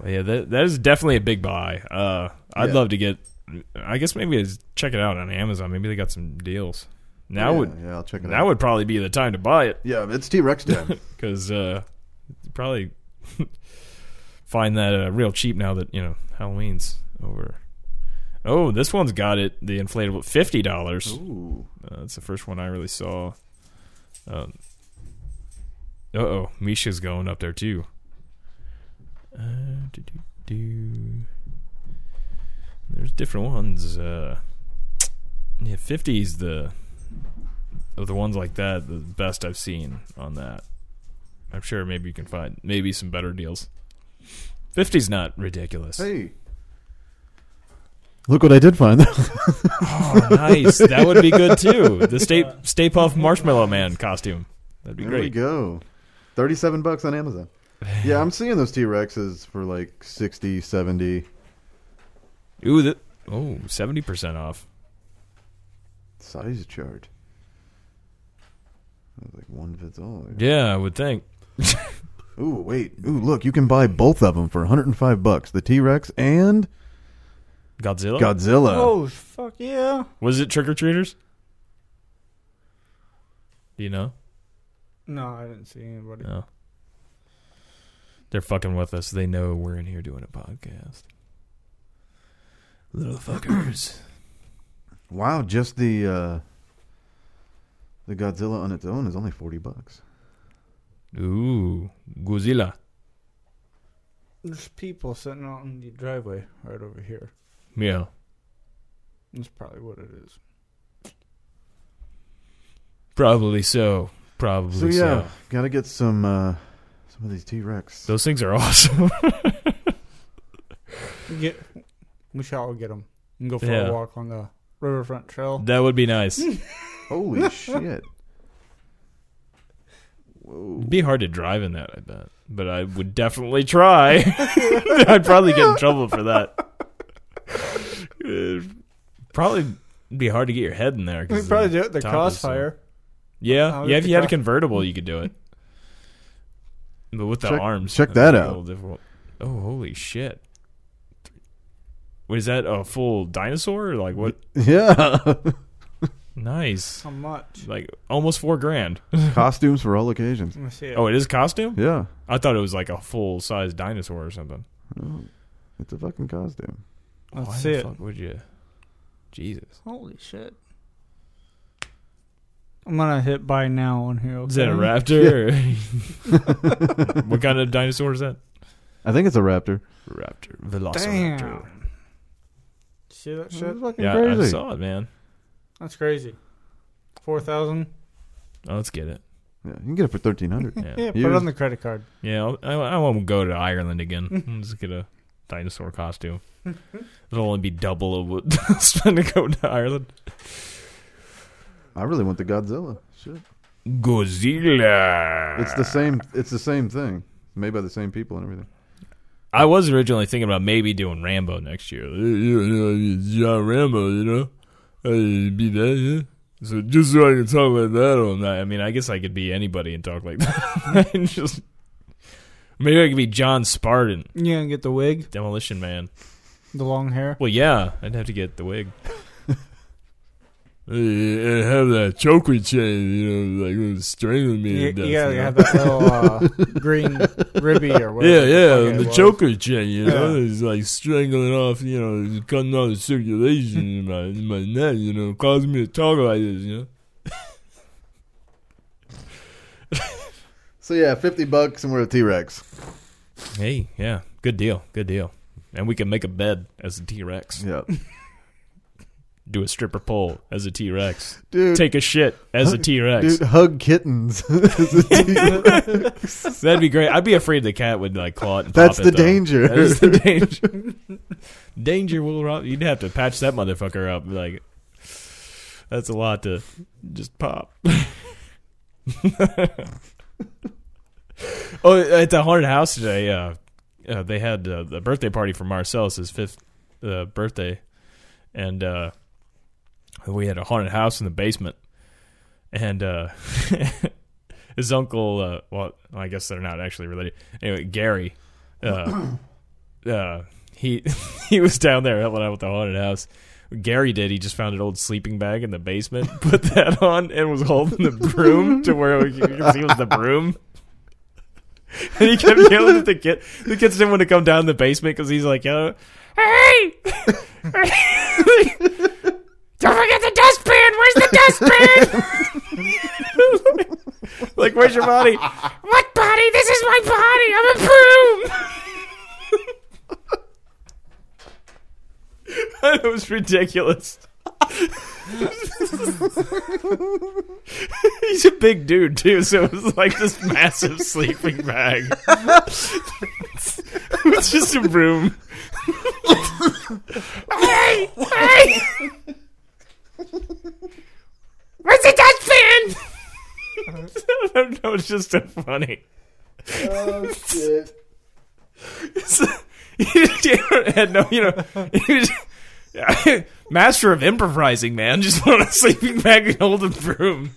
Well, yeah, that that is definitely a big buy. Uh, I'd
Yeah.
love to get. I guess maybe it's- check it out on Amazon. Maybe they got some deals. Now
yeah,
would
yeah, I'll check it
now
out.
would probably be the time to buy it.
yeah, it's T
(laughs)
Rex time.
because uh, you probably (laughs) find that uh, real cheap now that you know Halloween's over. Oh, this one's got it. The inflatable fifty dollars.
Ooh.
Uh, that's the first one I really saw. Um, uh oh, Misha's going up there too. Uh, do, do, do. There's different ones. Uh, yeah, 50s the of the ones like that the best I've seen on that. I'm sure maybe you can find maybe some better deals. 50's not ridiculous.
Hey. Look what I did find.
Oh, nice. That would be good too. The Stay Stay Puff Marshmallow Man costume. That'd be
there we
great.
go. 37 bucks on Amazon. Yeah, I'm seeing those T Rexes for like 60, 70,
Ooh, the, oh, 70% off.
size chart. That's Like one fits all.
Yeah, I would think.
Ooh, wait. Ooh, look, you can buy both of them for 105 bucks. The T Rex and
Godzilla?
Godzilla.
oh fuck yeah!
Was it Trick or Treaters? Do you know?
No, I didn't see anybody.
No. They're fucking with us. They know we're in here doing a podcast. Little fuckers.
Wow, just the uh, the Godzilla on its own is only 40 bucks.
(clears throat) Ooh, Godzilla.
There's people sitting out in the driveway right over here.
Yeah.
That's probably what it is.
Probably so.
So
Probably so.
yeah, gotta get some uh, some of these T Rex.
Those things are (laughs) awesome.
We Get, we shall all get them and go for
Yeah.
a walk on the riverfront trail.
that would be nice.
(laughs) Holy shit! Whoa!
It'd be hard to drive in that, I bet. But I would definitely try. (laughs) I'd probably get in trouble for that. It'd probably be hard to get your head in there.
We
'cause
could probably do it. The
top is so-
crossfire.
Yeah,
Oh,
How
yeah.
is
If
the
you had a
cross-
convertible, you could do it. But with the
Check-
arms,
check
that'd
that
be a
out.
little difficult. Oh, holy shit! Wait, is that a full dinosaur? or, Like what?
Yeah,
Nice.
How much?
Like almost four grand.
(laughs) costumes for all occasions.
Let me see it.
Oh, it is costume.
Yeah,
I thought it was like a full size dinosaur or something.
it's a fucking costume.
Let's
Why
see
the
it.
fuck would you? Jesus.
Holy shit. I'm gonna hit buy now on here.
Is that a
okay?
raptor? (laughs) or- what kind of dinosaur is that?
I think it's a raptor.
Raptor.
Damn.
Velociraptor.
See that shit?
That's fucking
Yeah,
crazy.
I saw it, man.
That's crazy. Four thousand.
Oh, let's get it.
Yeah, you can get it for thirteen hundred. (laughs)
Yeah.
Yeah, put
Used.
it on the credit card.
Yeah, I'll, I, I won't go to Ireland again.
(laughs)
I'll just get a dinosaur costume. It'll only be double of what (laughs) I spend to go to Ireland.
I really want the Godzilla. Shit,
Godzilla.
it's the same. It's the same thing. Made by the same people and everything.
I was originally thinking about maybe doing Rambo next year. Yeah, Rambo, you know, Hey, be that. yeah? So just so I can talk like that all night. I mean, I guess I could be anybody and talk like that. (laughs) and just maybe I could be John Spartan,
You gonna get the wig,
Demolition Man.
the long hair.
Well, yeah, I'd have to get the (laughs) wig. and have that choker chain, you know, like strangling
You, you gotta have that
(laughs)
little uh, green ribby or whatever. fuck it was.
chain, you
know,
it's like strangling off, you know, cutting off the circulation in my in my neck, you know, causing me to talk like this, you know.
So yeah, fifty bucks and we're a T Rex.
Hey, yeah, good deal, good deal, and we can make a bed as a T Rex, (laughs)
Yeah,
do a stripper pole as a T Rex,
dude.
take a shit as a T Rex.
Dude, hug kittens. (laughs)
(laughs) That'd be great. I'd be afraid the cat would like claw it. And
That's
pop
the
it, though.
danger. (laughs)
That is the danger. (laughs) danger will rob. You'd have to patch that motherfucker up. Like, that's a lot to just pop. (laughs) oh, at the haunted house today, uh, uh, they had uh, the birthday party for Marcel's his fifth uh, birthday, and uh, we had a haunted house in the basement, and uh, (laughs) his uncle. Uh, well, I guess they're not actually related. Anyway, Gary. Uh, uh, he (laughs) he was down there helping out with the haunted house. Gary did. He just found an old sleeping bag in the basement, (laughs) put that on, and was holding the broom to where he could see was the broom. (laughs) And he kept yelling at the kid. The kids didn't want to come down the basement because he's like, "Hey, hey! don't forget the dustpan. Where's the dustpan? (laughs) like, (laughs) where's your body? What body? This is my body. I'm a broom." (laughs) it was ridiculous. He's a big dude too, so it was like this massive sleeping bag. (laughs) it's just a room. (laughs) hey, hey! Where's the dustpan? I don't know. It's just so funny. Oh, (laughs) He had no, you know, he was (laughs) master of improvising, man. Just (laughs) put on a sleeping bag and hold a broom.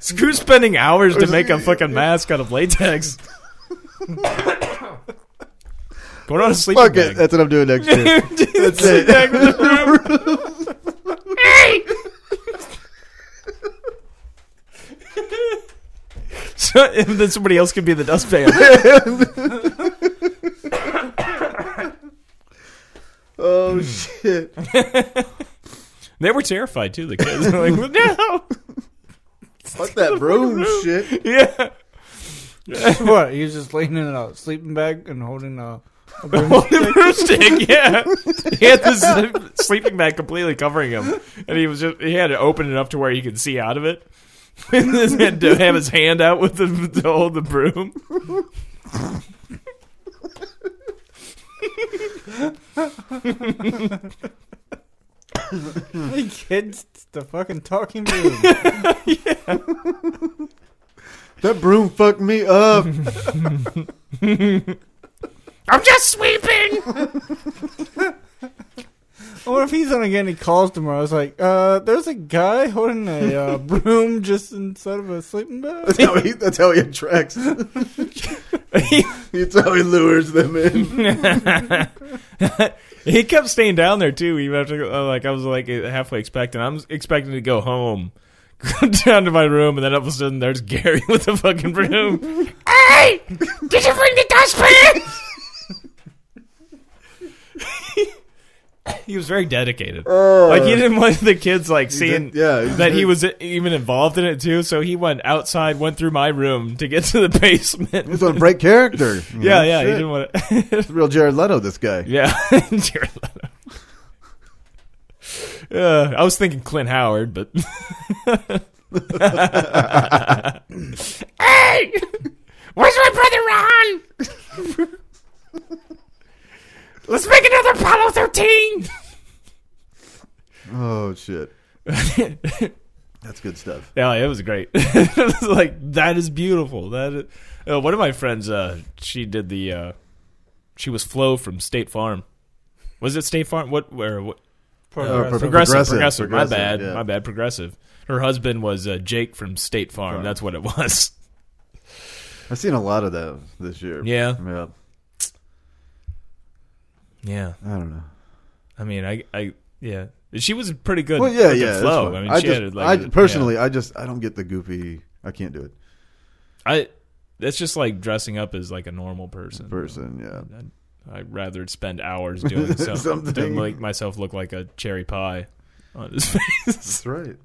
Screw spending hours to make a fucking mask out of latex. Going on a sleeping
Fuck it.
bag.
That's what I'm doing next year.
(laughs) That's it. Back with the broom. (laughs) hey! so, and then somebody else could be the dustpan.
oh shit.
They were terrified too. The kids (laughs) They're like, no,
Fuck that broom shit.
yeah,
(laughs) what? He was just leaning in a sleeping bag and holding a
(laughs)
On the (laughs) broomstick, yeah. He had this uh, sleeping bag completely covering him, and he was just he had it open enough to where he could see out of it, (laughs) and then had to have his hand out with the to hold the broom.
Hey, kids, it's the fucking talking broom.
That broom fucked me
(laughs)
up.
I'm just sweeping.
I wonder if he's gonna get any calls tomorrow. I was like, uh, there's a guy holding a
(laughs)
uh, broom just inside of a sleeping bag.
that's, how he, that's how he
(laughs)
attracts. (laughs) that's how he lures them in.
(laughs) he kept staying down there too. Even after uh, like I was like halfway expecting, I'm expecting to go home. (laughs) Go down to my room, and then all of a sudden, there's Gary (laughs) with the fucking broom. hey, did you bring the dustpan? he was very dedicated. Like he didn't want the kids like seeing
did- yeah, Oh. he was
that
very-
he was even involved in it too. So he went outside, went through my room to get to the (laughs) basement.
He's going to break character. You know,
(laughs) yeah, yeah, he
shit.
didn't want to.
Real Jared Leto, this guy.
(laughs) Yeah, (laughs) Jared Leto. Uh, I was thinking Clint Howard, but (laughs) hey, where's my
(laughs)
brother Ron? Let's make another Apollo thirteen.
Oh
(laughs)
shit. That's good stuff.
Yeah, it was great. (laughs) it was like that is beautiful. That is, uh, one of my friends, uh, she did the, uh, she was Flo from State Farm. Was it State Farm? What? Where? What?
Progressive.
Uh, Progressive,
Progressive,
progressive,
Progressive,
My bad,
yeah.
my bad. Progressive. Her husband was uh, Jake from State Farm.
Farm.
That's what it was.
I've seen a lot of that this year.
Yeah.
Yeah.
(laughs) Yeah,
I don't know.
I mean, I, I, yeah. She was pretty good.
Well, yeah,
with the
yeah. that's
Flow.
fine.
I mean,
I
she
just,
had like
I
a-
personally,
yeah.
I just, I don't get the goofy. I can't do it.
I. That's just like dressing up as like a normal person.
Person, yeah.
I'd rather
(laughs)
spend hours doing
Something.
so, something to make myself look like a cherry pie on his (laughs) face.
That's right.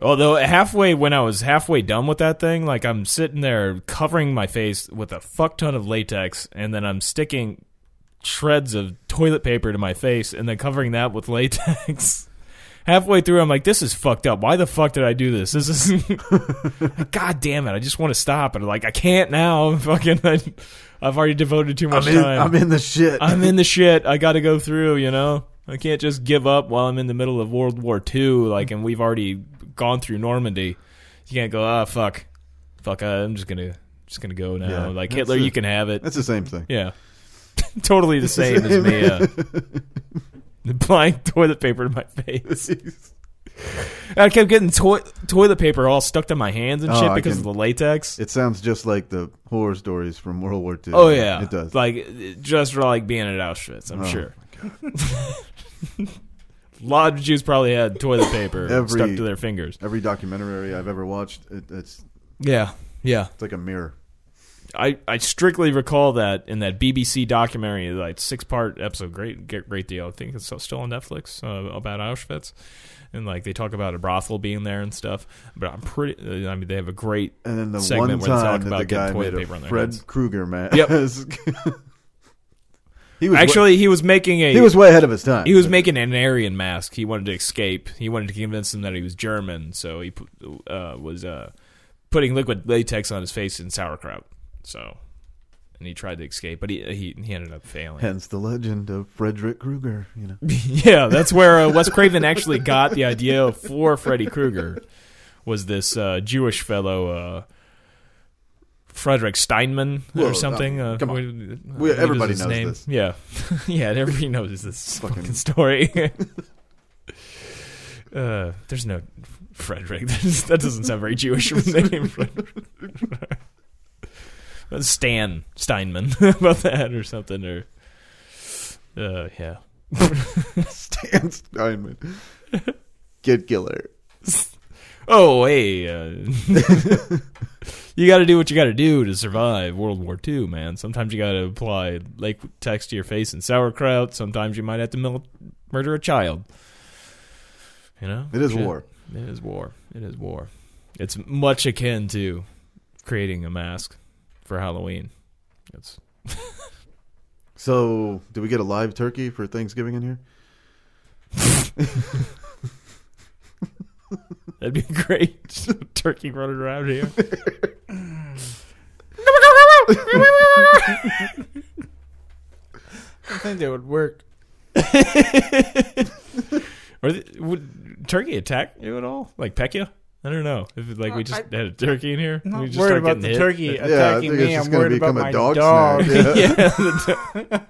Although halfway when I was halfway done with that thing, like I'm sitting there covering my face with a fuck ton of latex, and then I'm sticking shreds of toilet paper to my face, and then covering that with (laughs) latex. halfway through, I'm like, "This is fucked up. Why the fuck did I do this? This is (laughs) God damn it! I just want to stop." And like, I can't now. (laughs) I'm fucking, I, I've already devoted too much
I'm in,
time.
I'm in the shit.
I'm in the shit. I got to go through, you know? I can't just give up while I'm in the middle of World War II, like, and we've already gone through Normandy. You can't go, ah, fuck. Fuck, uh, I'm just going to just gonna go now.
Yeah,
like,
that's
Hitler,
it.
you can have
(laughs)
it.
That's the same thing. (laughs)
Yeah. totally the same as me (laughs) uh, applying toilet paper to
(laughs)
my face. I kept getting toi- toilet paper all stuck to my hands and
Oh,
shit
I
because
can-
of the latex.
It sounds just like the horror stories from World War II.
Oh yeah,
it does. Oh,
Like just like being at Auschwitz, I'm sure. A (laughs) lot of Jews probably had toilet
(laughs)
paper
Every-
stuck to their fingers.
Every documentary I've ever watched, it, it's
Yeah, yeah.
it's like a mirror.
I, I strictly recall that in that BBC documentary, like six part episode, great great great deal. I think it's still on Netflix uh, about Auschwitz, and like they talk about a brothel being there and stuff. But I'm pretty. I mean, they have a great
And then the
segment
one
where they
time
talk
that
about
the
getting
guy
toilet
made
paper on
a
their hands.
Fred Krueger mask. (laughs)
Yep.
he was way,
Actually, he was making a
he was way ahead of his time.
He was making an Aryan mask. He wanted to escape. He wanted to convince them that he was German, so he put, uh, was uh, putting liquid latex on his face and sauerkraut. So, and he tried to escape, but he uh, he, he ended up
(laughs)
failing. (laughs)
Hence the legend of Frederick Krueger. You know.
yeah, that's where uh, Wes Craven actually got the idea for Freddy Krueger. Was this uh, Jewish fellow? Uh, Frederick Steinman
Whoa,
or something.
no,
uh,
come on.
we-
We-
he was
everybody
his
knows this.
Yeah, (laughs) yeah. Everybody knows this
Fucking-
fucking, story. (laughs) uh, there's no Frederick. (laughs) There's- that doesn't sound very Jewish. the name Frederick. (laughs) But Stan Steinman (laughs) about that or something or. Uh, yeah. (laughs)
Stan Steinman. Kid Killer.
Oh, hey. Uh, (laughs) you got to do what you got to do to survive World War II, man. Sometimes you got to apply lake text to your face and sauerkraut. Sometimes you might have to mil- murder a child. You know?
It is
Shit.
war.
It is war. It is war. It's much akin to creating a mask for Halloween. It's
So, do we get a live turkey for Thanksgiving in here?
that'd be (laughs) great. Just a turkey running around here.
I think that would work.
Or th- would turkey attack you at all? Like peck you? I don't know. If it- like we just had a turkey in here,
Uh, I'm not
we just
worried
start
about
getting
the
hit.
turkey
I
attacking
think it's
me.
just
I'm
gonna
worried about
become a
my
dog
dog. (laughs)
snack. Yeah.
(laughs) yeah, the tur-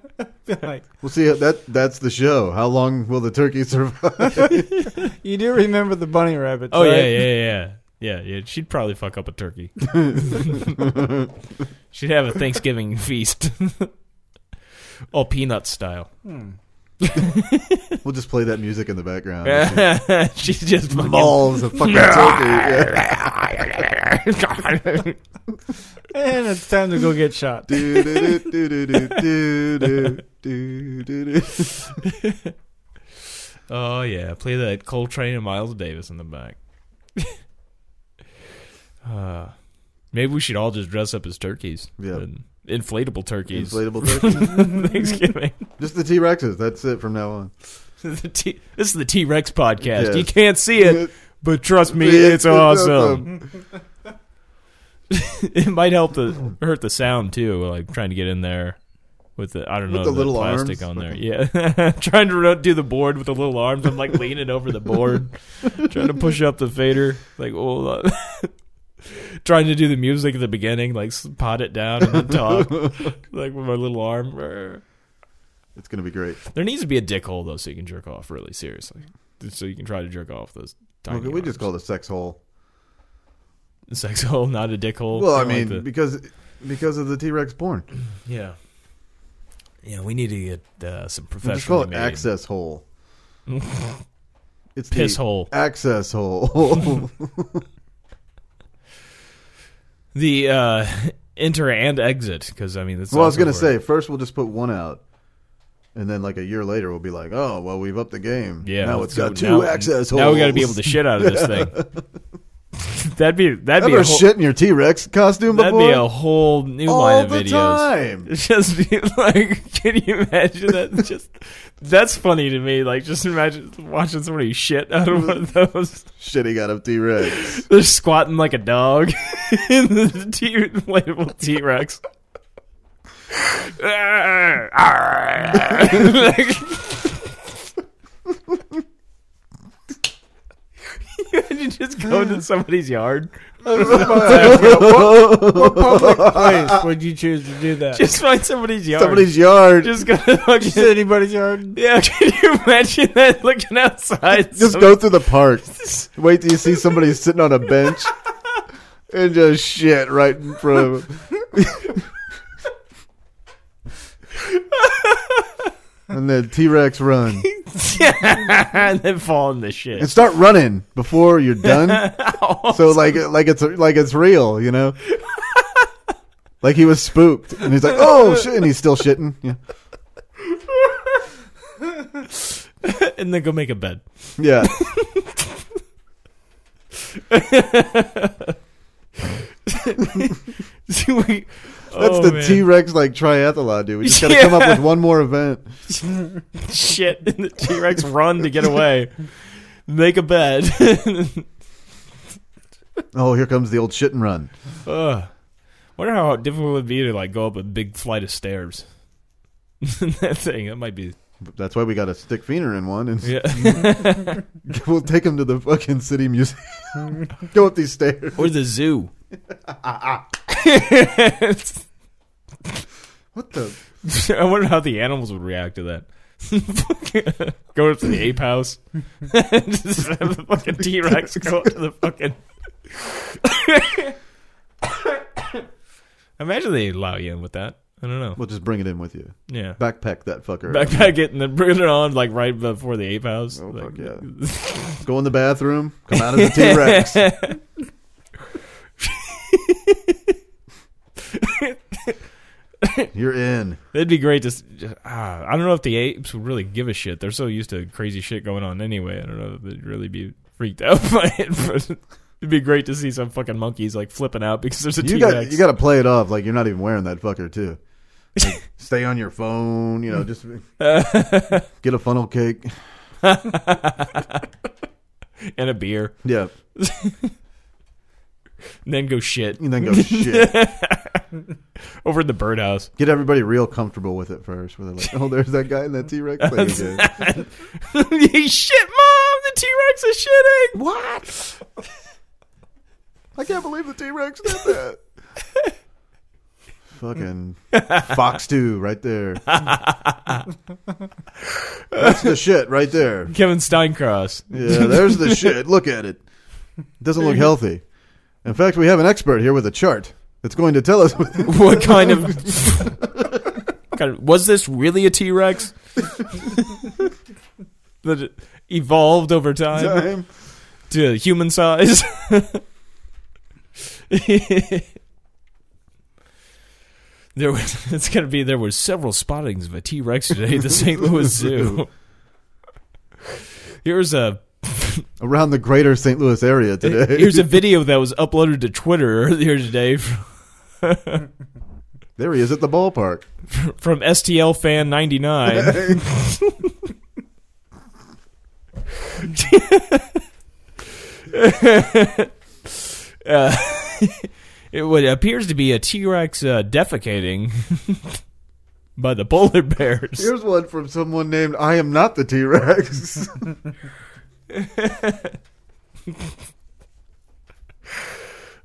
like,
We'll see. That that's the show. How long will the turkey survive? (laughs)
you do remember the bunny rabbits?
Oh yeah,
right?
yeah, yeah, yeah, yeah. She'd probably fuck up
(laughs)
a turkey. she'd have a Thanksgiving feast, (laughs) all peanut
(laughs)
style.
we'll just play that music in the background.
She's just fucking.
Balls of fucking turkey. Yeah. (laughs)
(laughs)
And it's time to go get shot.
Do-do-do-do-do-do-do-do-do-do.
oh yeah, play that Coltrane and Miles Davis in the back. (laughs) uh, maybe we should all just dress up as turkeys.
Yeah.
And inflatable turkeys.
Inflatable turkey.
(laughs) Thanksgiving. (laughs)
Just the T Rexes. That's it from now on.
The T- this is the T Rex podcast.
Yes.
You can't see it, but trust me, it's, awesome. (laughs) it might help the hurt the sound too. Like trying to get in there with the I don't
With
know
the little
plastic
arms.
on there. Yeah, (laughs) trying to ro- do the board with the little arms. I'm like leaning over the board, trying to push up the fader. Like oh. uh, (laughs) Trying to do the music at the beginning, like s- pot it down and then
(laughs)
talk, like with my little arm.
It's gonna be great.
There needs to be a dick hole though, so you can jerk off really seriously. Just So you can try to jerk off those. Tiny
Well, we just
arms.
call it a sex hole.
(laughs) sex hole, not a dick hole.
Well, I
Kinda like
mean,
the-
because because of the T Rex porn,
yeah, yeah. We need to get uh, some
we just call
professional
it access
(laughs)
hole. it's the
piss hole.
access
(laughs)
hole.
The uh, (laughs) enter and exit, because I mean, that's
well, I was
also
gonna
where-
say first we'll just put one out, and then like a year later we'll be like, oh well, we've upped the game.
yeah.
now
let's
it's got
go-
two
now-
access holes.
Now we got to be able to shit out of this thing.
(laughs)
(laughs) that'd be that'd be
Ever
a whole,
shit in your T Rex costume
that'd
before?
be a whole new
All
line of
the
videos.
time.
It's (laughs) just be like, can you imagine that? (laughs) Just that's funny to me. Like, just imagine watching somebody shit out of one
(laughs)
of those.
Shitting out of T Rex.
(laughs) They're squatting like a dog (laughs) in the T- inflatable T Rex. (laughs) you just go into somebody's yard,
Public (laughs) place would you choose to do that?
just find somebody's yard,
Somebody's yard. Just,
just go to
Just anybody's yard.
Yeah, (laughs) can you imagine that
(laughs)
looking outside?
go through the park. Wait till you see somebody sitting on a bench and just shit right in front of 'em. and then T Rex run
and then fall in the
and
shit.
start running before you're done. So like like it's like it's real, you know. Like he was spooked, and he's like, "Oh shit!" and he's still shitting. Yeah,
and then go make a bed.
yeah.
That's the
That's the T Rex like triathlon, dude. We just gotta come up with one more event.
(laughs) shit. And the T Rex run to get away. Make a bed.
Oh, here comes the old shit and run.
Ugh. Wonder how difficult it would be to like go up a big flight of stairs. (laughs) that thing, that might be.
That's why we got to stick Feener in one, and
Yeah.
(laughs) we'll take him to the fucking city museum.
(laughs)
Go up these stairs.
(laughs) or the (laughs) zoo.
What the?
I wonder how the animals would react to that. (laughs) go up to the ape house. (laughs) just have the fucking T Rex go up to the fucking. (coughs) Imagine they allow you in with that. I don't know.
We'll just bring it in with you.
Yeah.
Backpack that fucker.
Backpack it and then bring it on like right before the ape house.
Oh,
Like,
fuck Go in the bathroom. Come out as a T Rex.
(laughs)
You're in.
That'd be great to. s- Ah, I don't know if the apes would really give a shit. (laughs) They're so used to crazy shit going on anyway. I don't know if they'd really be freaked out by it. But It'd be great to see some fucking monkeys like flipping out because there's a
You
T-Rex.
got you got to play it off like you're not even wearing that fucker too. Like, stay on your phone, you know.
(laughs)
Just get a funnel cake.
and a beer,
Yeah,
and then go shit
and then go shit.
over at the birdhouse.
(laughs)
(laughs)
Get everybody real comfortable with it first. Where they're like, "Oh, there's that guy in that T
(laughs)
Rex thing again."
shit, mom! The T-Rex is shitting. What?
I can't believe the T Rex did
(laughs)
that. Fucking Fox Two right there. That's the shit right there.
Kevin Steincross.
Yeah, there's the shit. Look at it. It doesn't look healthy. In fact, we have an expert here with a chart that's going to tell us. (laughs)
what kind of, (laughs) kind of- was this really
(laughs)
a T-Rex that it evolved over time
time.
to human size? there was (laughs) it's gonna be there were several spottings of a T-Rex today at the St. Louis Zoo. Here's a
Around the greater St. Louis area today.
here's a video that was uploaded to Twitter earlier today
(laughs) there he is at the ballpark.
from STL fan 99. (laughs) uh, it what appears to be a T Rex uh, defecating (laughs) by the polar bears.
Here's one from someone named I Am Not the T
(laughs)
Rex.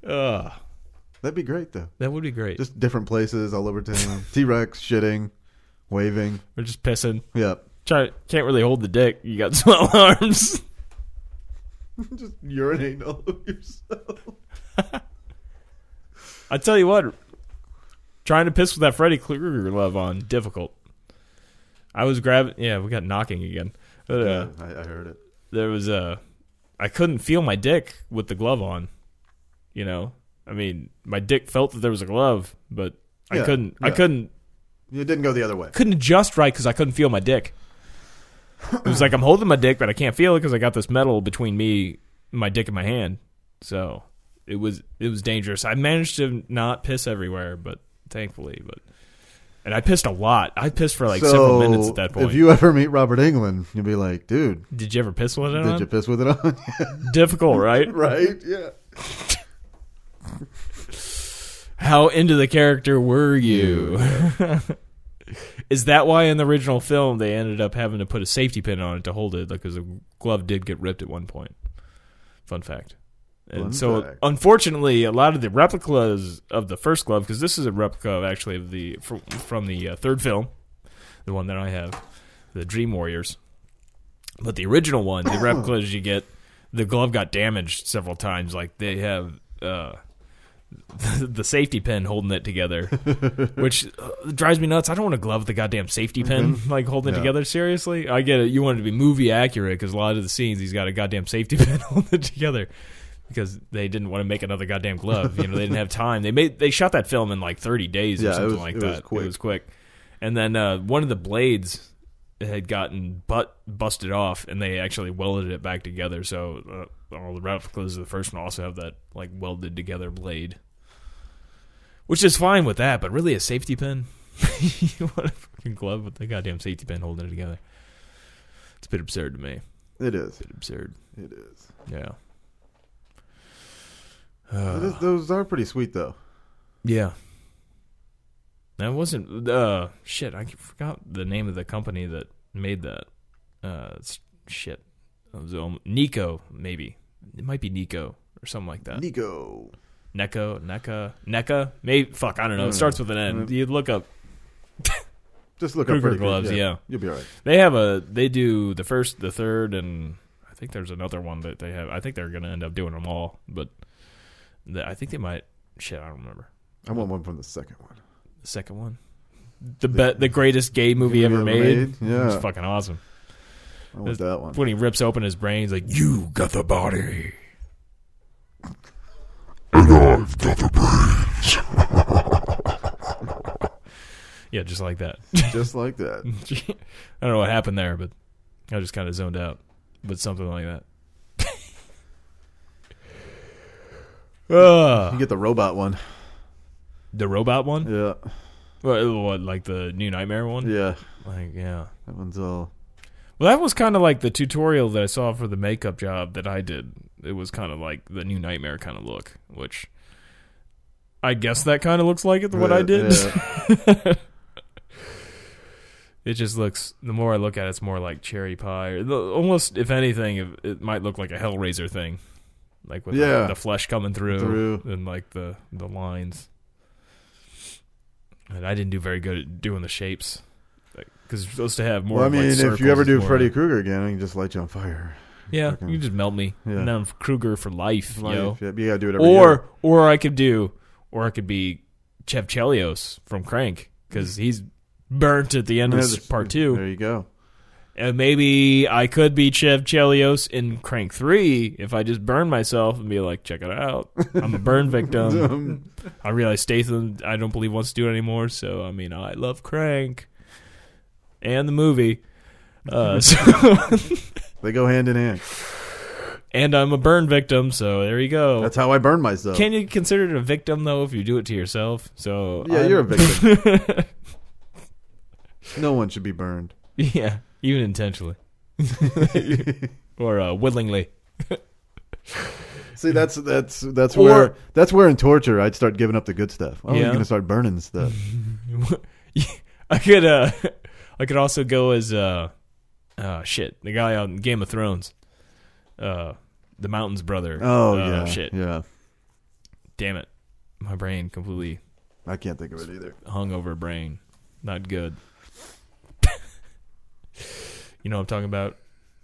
Ugh.
That'd be great, though.
that would be great.
Just different places all over
(laughs)
town. T Rex shitting, waving.
We're just pissing.
Yep. (laughs)
Try, can't really hold the dick. You got (laughs) small arms.
Just urinating all over yourself.
I tell you what, trying to piss with that Freddy Krueger glove on difficult. I was grabbing. Yeah, we got knocking again. But, uh,
I, I heard it.
there was a I couldn't feel my dick with the glove on. You know, I mean, my dick felt that there was a glove, but I
Yeah,
couldn't. I
yeah.
couldn't
It didn't go the other way.
couldn't adjust right because I couldn't feel my dick. It was like I'm holding my dick, but I can't feel it because I got this metal between me, my dick, and my hand. So it was it was dangerous. I managed to not piss everywhere, but thankfully, but and I pissed a lot. I pissed for like several minutes at that point.
If you ever meet Robert England, you'll be like, dude,
did you ever piss with it
did
on?
you piss with it on? (laughs)
Difficult, right? (laughs)
right? Yeah.
How into the character
(laughs)
were you? Is that why in the original film they ended up having to put a safety pin on it to hold it because the glove did get ripped at one point? Fun fact. And
Fun
so,
fact.
unfortunately, a lot of the replicas of the first glove, because this is a replica of actually of the from, from the uh, third film, the one that I have, the Dream Warriors. But the original
(coughs)
one, the replicas you get, the glove got damaged several times. Like they have uh, (laughs) the safety pin holding it together, which uh, drives me nuts. I don't want a glove with a goddamn safety pin (laughs) like holding it
Mm-hmm. Yeah.
together. Seriously, I get it. You want it to be movie accurate because a lot of the scenes he's got a goddamn safety (laughs) pin holding it together because they didn't want to make another goddamn glove. You know, they didn't have time. They made they shot that film in like thirty days
Yeah,
or
it
something
was-
like
it was
that.
quick.
It was quick. And then uh, one of the blades had gotten butt busted off, and they actually welded it back together. So uh, all the replicas of the first one also have that like welded together blade, which is fine with that. But really, a safety pin. (laughs) you want a fucking glove with a goddamn safety pin holding it together. It's a bit absurd to me.
It is.
bit absurd.
It is.
Yeah. Uh.
It is- Those are pretty sweet, though.
Yeah. That wasn't uh shit, I forgot the name of the company that made that. Uh it's- shit. It was um, Nico maybe. It might be Nico or something like that.
Nico.
Neko, Neka, Neka? Maybe fuck, I don't know. It
Mm.
starts with an N.
Mm.
You look up
Just look
Kruger
up Freddy
gloves, yeah.
You'll be all right.
They have a they do the first, the third, and I think there's another one that they have. I think they're gonna end up doing them all, but the, I think they might. Shit, I don't remember
I want one from the second one.
the second one. The be- the greatest gay movie ever made.
Yeah.
It's fucking awesome.
I want that one.
When he rips open his brain, he's like, "You got the body."
And I've got the brain.
Yeah, just like that. (laughs)
Just like that.
I don't know what happened there, but (laughs) I just kind of zoned out. But something like that.
You
Ugh.
get the robot one.
Ah. the robot one?
Yeah,
What, what, like the new nightmare one?
yeah.
Like, yeah.
That one's all.
Well, that was kind of like the tutorial that I saw for the makeup job that I did. It was kind of like the new nightmare kind of look, which I guess that kind of looks like it. What I
Yeah,
did.
yeah.
(laughs) it just looks. The more I look at it, it's more like cherry pie. Or the, almost, if anything, it, it might look like a Hellraiser thing, like with
Yeah.
the, the flesh coming through,
Through.
and like the the lines. And I didn't do very good at doing the shapes because you're supposed to have more.
Well, I
of, like,
mean, if
circles,
you ever do
more-
Freddy Krueger again, I can just light you on fire.
yeah,
Fucking-
you can just melt me.
Yeah.
And then I'm Krueger for life,
Life.
yo.
Yeah, but you gotta do it every year.
Or or I could do, or I could be Chev Chelios from Crank because he's burnt at the end of
Yeah,
s-
this-
part two.
There you go.
And maybe I could be Chev Chelios in Crank Three if I just burn myself and be like, check it out, I'm
(laughs)
a burn victim.
Um,
I realize Statham, I don't believe wants to do it anymore. So I mean, I love Crank and the movie. Uh, (laughs) so,
they go hand in hand.
and I'm a burn victim, so there you go.
That's how I burn myself.
Oh. Can you consider it a victim though if you do it to yourself? So
yeah,
I'm-
you're a victim. no one should be burned.
(laughs) yeah, even
(laughs)
intentionally or uh, willingly.
See, that's that's that's
Or-
where that's where in torture I'd start giving up the good stuff. Oh,
Yeah.
you're gonna start burning
(laughs)
stuff.
I could uh, (laughs) I could also go as uh, oh shit, the guy on Game of Thrones, uh, the Mountain's brother.
Oh
Uh,
yeah,
shit,
yeah.
damn it, my brain completely
I can't think of it
(laughs)
either.
hungover brain, not good. (laughs) you know what I'm talking about,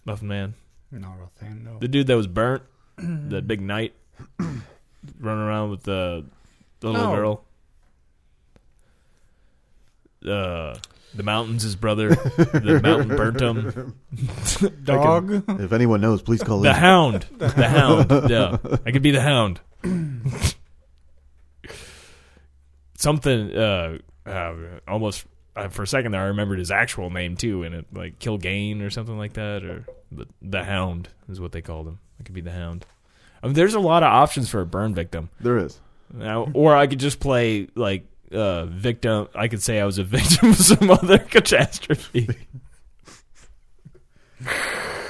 Muffin Man.
Not a thing, no.
The dude that was burnt, the big knight, (clears throat) running around with the, the little
No.
girl. Uh, the mountains, his brother. the mountain burnt him. (laughs)
Dog?
If anyone knows, please call
The
in.
hound. The hound. Yeah. I could be the hound. (coughs) Something, uh, uh, almost, uh, for a second there, I remembered his actual name too, and it, like Kilgain or something like that, or the, the hound is what they called him. I could be the hound. I mean, there's a lot of options for a burn victim.
There
(laughs)
is.
Now, or I could just play like uh, victim. I could say I was a (laughs) victim of some other (laughs) catastrophe. (laughs)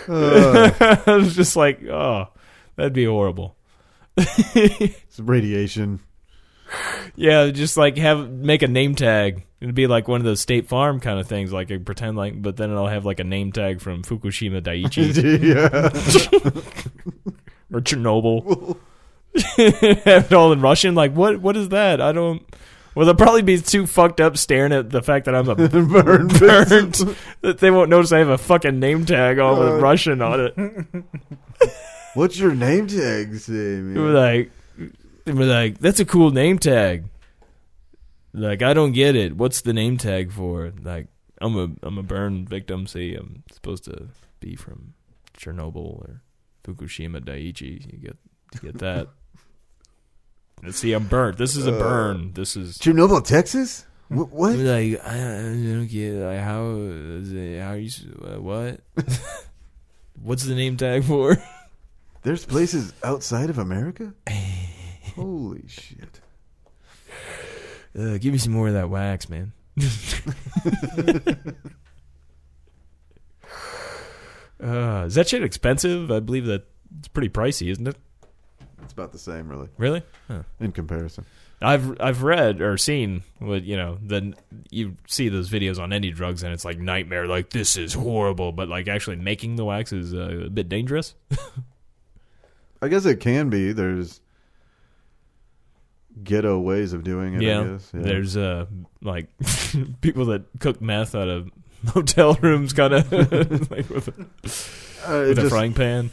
Uh,
I was just like, oh, that'd be horrible.
it's
(laughs)
radiation.
Yeah, just like have make a name tag. It'd be like one of those State Farm kind of things. Like I pretend like, but then I'll have like a name tag from Fukushima Daiichi
(laughs) yeah.
or Chernobyl. (laughs) have it all in Russian. Like what? What is that? I don't. Well, they'll probably be too fucked up staring at the fact that I'm
(laughs)
a
burn.
burnt that they won't notice I have a fucking name tag all
Uh,
with Russian on it.
What's your name tag say, man?
They were like, they were like, that's a cool name tag. Like I don't get it. What's the name tag for? Like I'm a I'm a burn victim. See, I'm supposed to be from Chernobyl or Fukushima Daiichi. You get you get that. Uh, Let's (laughs) see, I'm burnt. This is a burn. This is
Chernobyl, Texas?
Hmm.
What? what?
like I, I don't get like how is it, how are you s- uh, what (laughs) what's the name tag for?
There's places outside of
(laughs)
America? Holy shit.
Uh, give me some more of that wax, man. (laughs) uh, is that shit expensive? I believe that it's pretty pricey, isn't it?
It's about the same, really,
Really?
in comparison.
I've I've read or seen what you know then you see those videos on any drugs and it's like nightmare like this is horrible but like actually making the wax is uh, a bit dangerous
I guess it can be. There's ghetto ways of doing it, I guess.
There's uh like (laughs) people that cook meth out of (laughs) hotel rooms kind of (laughs) like with, a,
Uh, it
with a
just-
frying pan.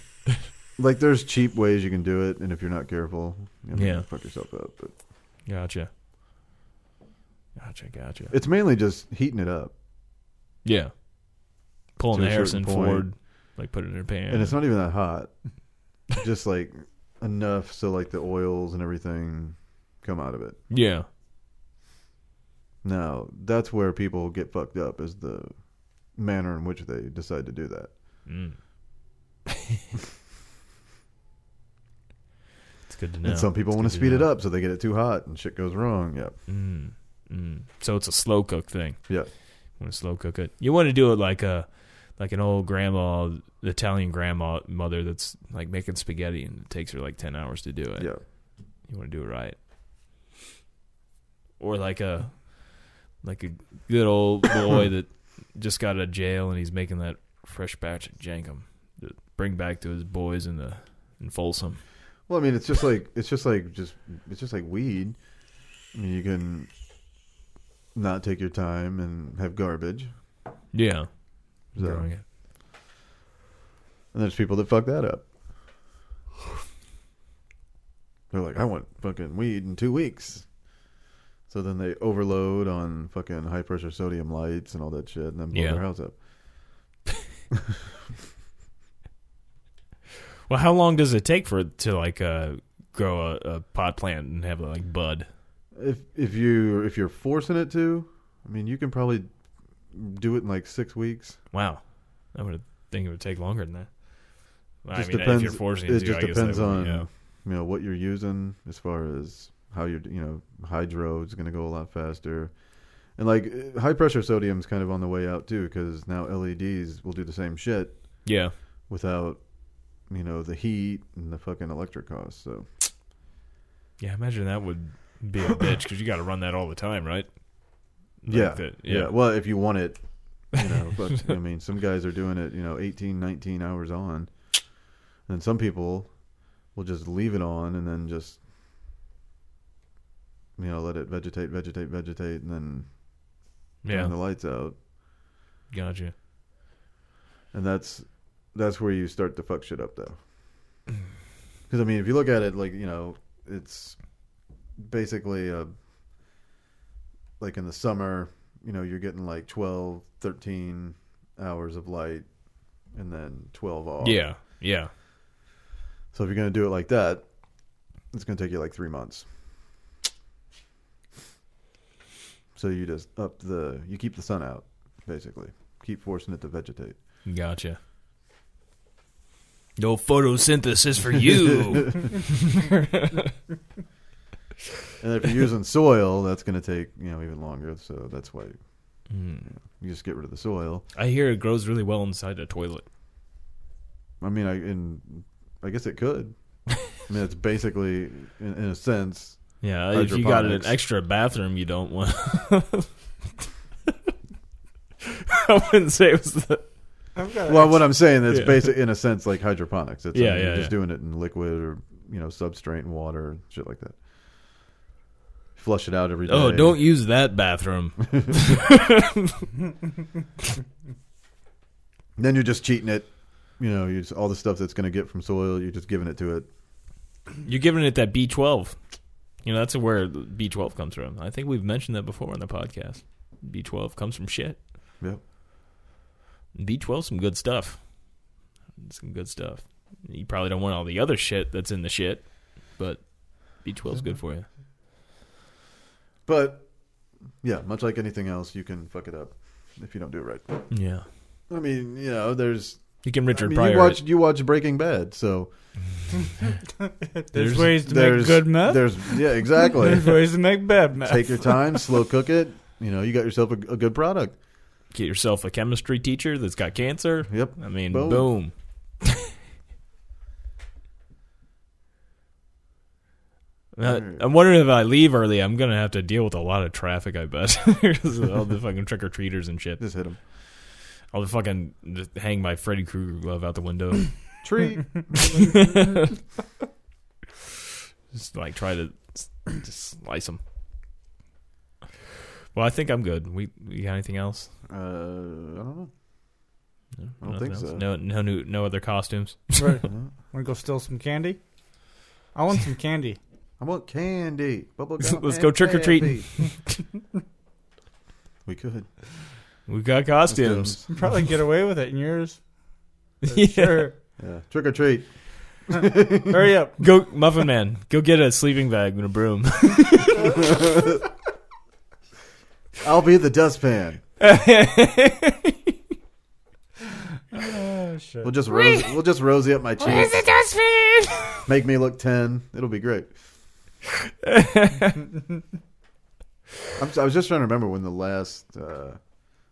Like, there's cheap ways you can do it, and if you're not careful, you know,
Yeah.
fuck yourself up. But
Gotcha. Gotcha, gotcha.
it's mainly just heating it up.
yeah. Pulling
To a
the Harrison
certain point.
Ford, like put it in her pan.
And it's not even that hot. (laughs) just, like, enough so, like, the oils and everything come out of it.
yeah.
Now, that's where people get fucked up is the manner in which they decide to do that.
(laughs) Mm. it's good to know.
And some people
It's
want to
good
speed it
know.
up so they get it too hot and shit goes wrong. Yep.
Mm, mm. So it's a slow cook thing.
Yeah.
want to slow cook it. You want to do it like a like an old grandma, Italian grandma mother that's like making spaghetti and it takes her like ten hours to do it.
Yeah.
You want to do it right. Or like a like a good old boy (coughs) that just got out of jail and he's making that fresh batch of jankum to bring back to his boys in the in Folsom.
Well, I mean, it's just like it's just like just it's just like weed. I mean, you can not take your time and have garbage.
Yeah.
So-
Growing it.
And there's people that fuck that up. They're like, I want fucking weed in two weeks. So then they overload on fucking high pressure sodium lights and all that shit and then blow
Yeah.
their house up.
Well, how long does it take for it to like uh, grow a, a pot plant and have a like bud?
If if you if you're forcing it to, I mean you can probably do it in like six weeks.
Wow, I would think it would take longer than that. Well,
Just
I mean,
depends-
if you're forcing it,
It
to,
just
I guess that
depends
would be,
on
yeah.
you know what you're using as far as how you're you know hydro is going to go a lot faster, and like uh, high pressure sodium's kind of on the way out too because now LEDs will do the same shit
yeah,
without you know the heat and the fucking electric costs. So
yeah. I Imagine that would be a (coughs) bitch because you got to run that all the time, right? Like
yeah,
that-
yeah, Well, if you want it, you know. (laughs) but I mean, some guys are doing it you know 18, 19 hours on, and some people will just leave it on and then just you know let it vegetate, vegetate, vegetate, and then
yeah.
turn the lights out.
Gotcha.
And that's that's where you start to fuck shit up, though. Because I mean, if you look at it, like you know, it's basically a like in the summer, you know, you're getting like 12, 13 hours of light, and then twelve off.
Yeah, yeah.
So if you're gonna do it like that, it's gonna take you like three months. So you just up the you keep the sun out, basically. Keep forcing it to vegetate.
Gotcha. No photosynthesis for you.
And if you're using soil, that's going to take you know even longer. So that's why
Mm.
you just get rid of the soil.
(laughs) I hear it grows really well inside a toilet.
I mean, I in I guess it could. I mean, it's basically in, in a sense.
Yeah, if you got an
Hydroponics.
extra bathroom, you don't want. (laughs) I wouldn't say it was the.
I've got
Well, what I'm saying is
Yeah.
basic in a sense like hydroponics. It's
Yeah,
I mean,
yeah,
you're just
yeah.
doing it in liquid or you know substrate and water shit like that. Flush it out every day.
Oh, don't use that bathroom.
Then you're just cheating it. You know, you just, all the stuff that's going to get from soil, you're just giving it to it.
You're giving it that B12. You know, that's where B12 comes from. I think we've mentioned that before on the podcast. B12 comes from shit.
Yep.
B12 some good stuff. Some good stuff. You probably don't want all the other shit that's in the shit, but B12's good for you.
But yeah, much like anything else, you can fuck it up if you don't do it right.
Yeah.
I mean, you know, there's
You can
I
Richard
mean,
Pryor.
you
it.
watch you watch Breaking Bad, so
(laughs) There's,
There's-
ways to make
there's
good meth.
There's yeah, exactly.
(laughs) There's ways to make bad meth.
Take your time, slow cook it. You know, you got yourself a, a good product.
Get yourself a chemistry teacher that's got cancer.
Yep.
I mean,
Boom.
boom. (laughs) Uh, I'm wondering if I leave early, I'm gonna have to deal with a lot of traffic. I bet (laughs) 'Cause all the fucking trick or treaters and shit.
Just hit
(laughs)
him.
I'll fucking just hang my Freddy Krueger glove out the window. (coughs)
Treat.
just like try to s- just slice them. Well, I think I'm good. We, we got anything else?
Uh, I don't know.
No,
I don't
nothing
think
else?
so.
No, no, new, no other costumes.
(laughs) Right. Wanna go steal some candy? I want some candy.
I want candy. Bubble gum
Let's
and
go trick-or-treating.
(laughs)
candy. we could.
We've got costumes.
(laughs) You probably get away with it in yours.
(laughs) Yeah.
Sure.
Yeah. Trick or treat.
Hurry up.
Go, Muffin Man. Go get a sleeping bag and a broom. (laughs)
I'll be the dustpan.
Oh, shit. shit.
We'll just rose, we'll just rosy up my cheeks. Make me look ten. It'll be great. I'm, s- I was just trying to remember when the last uh,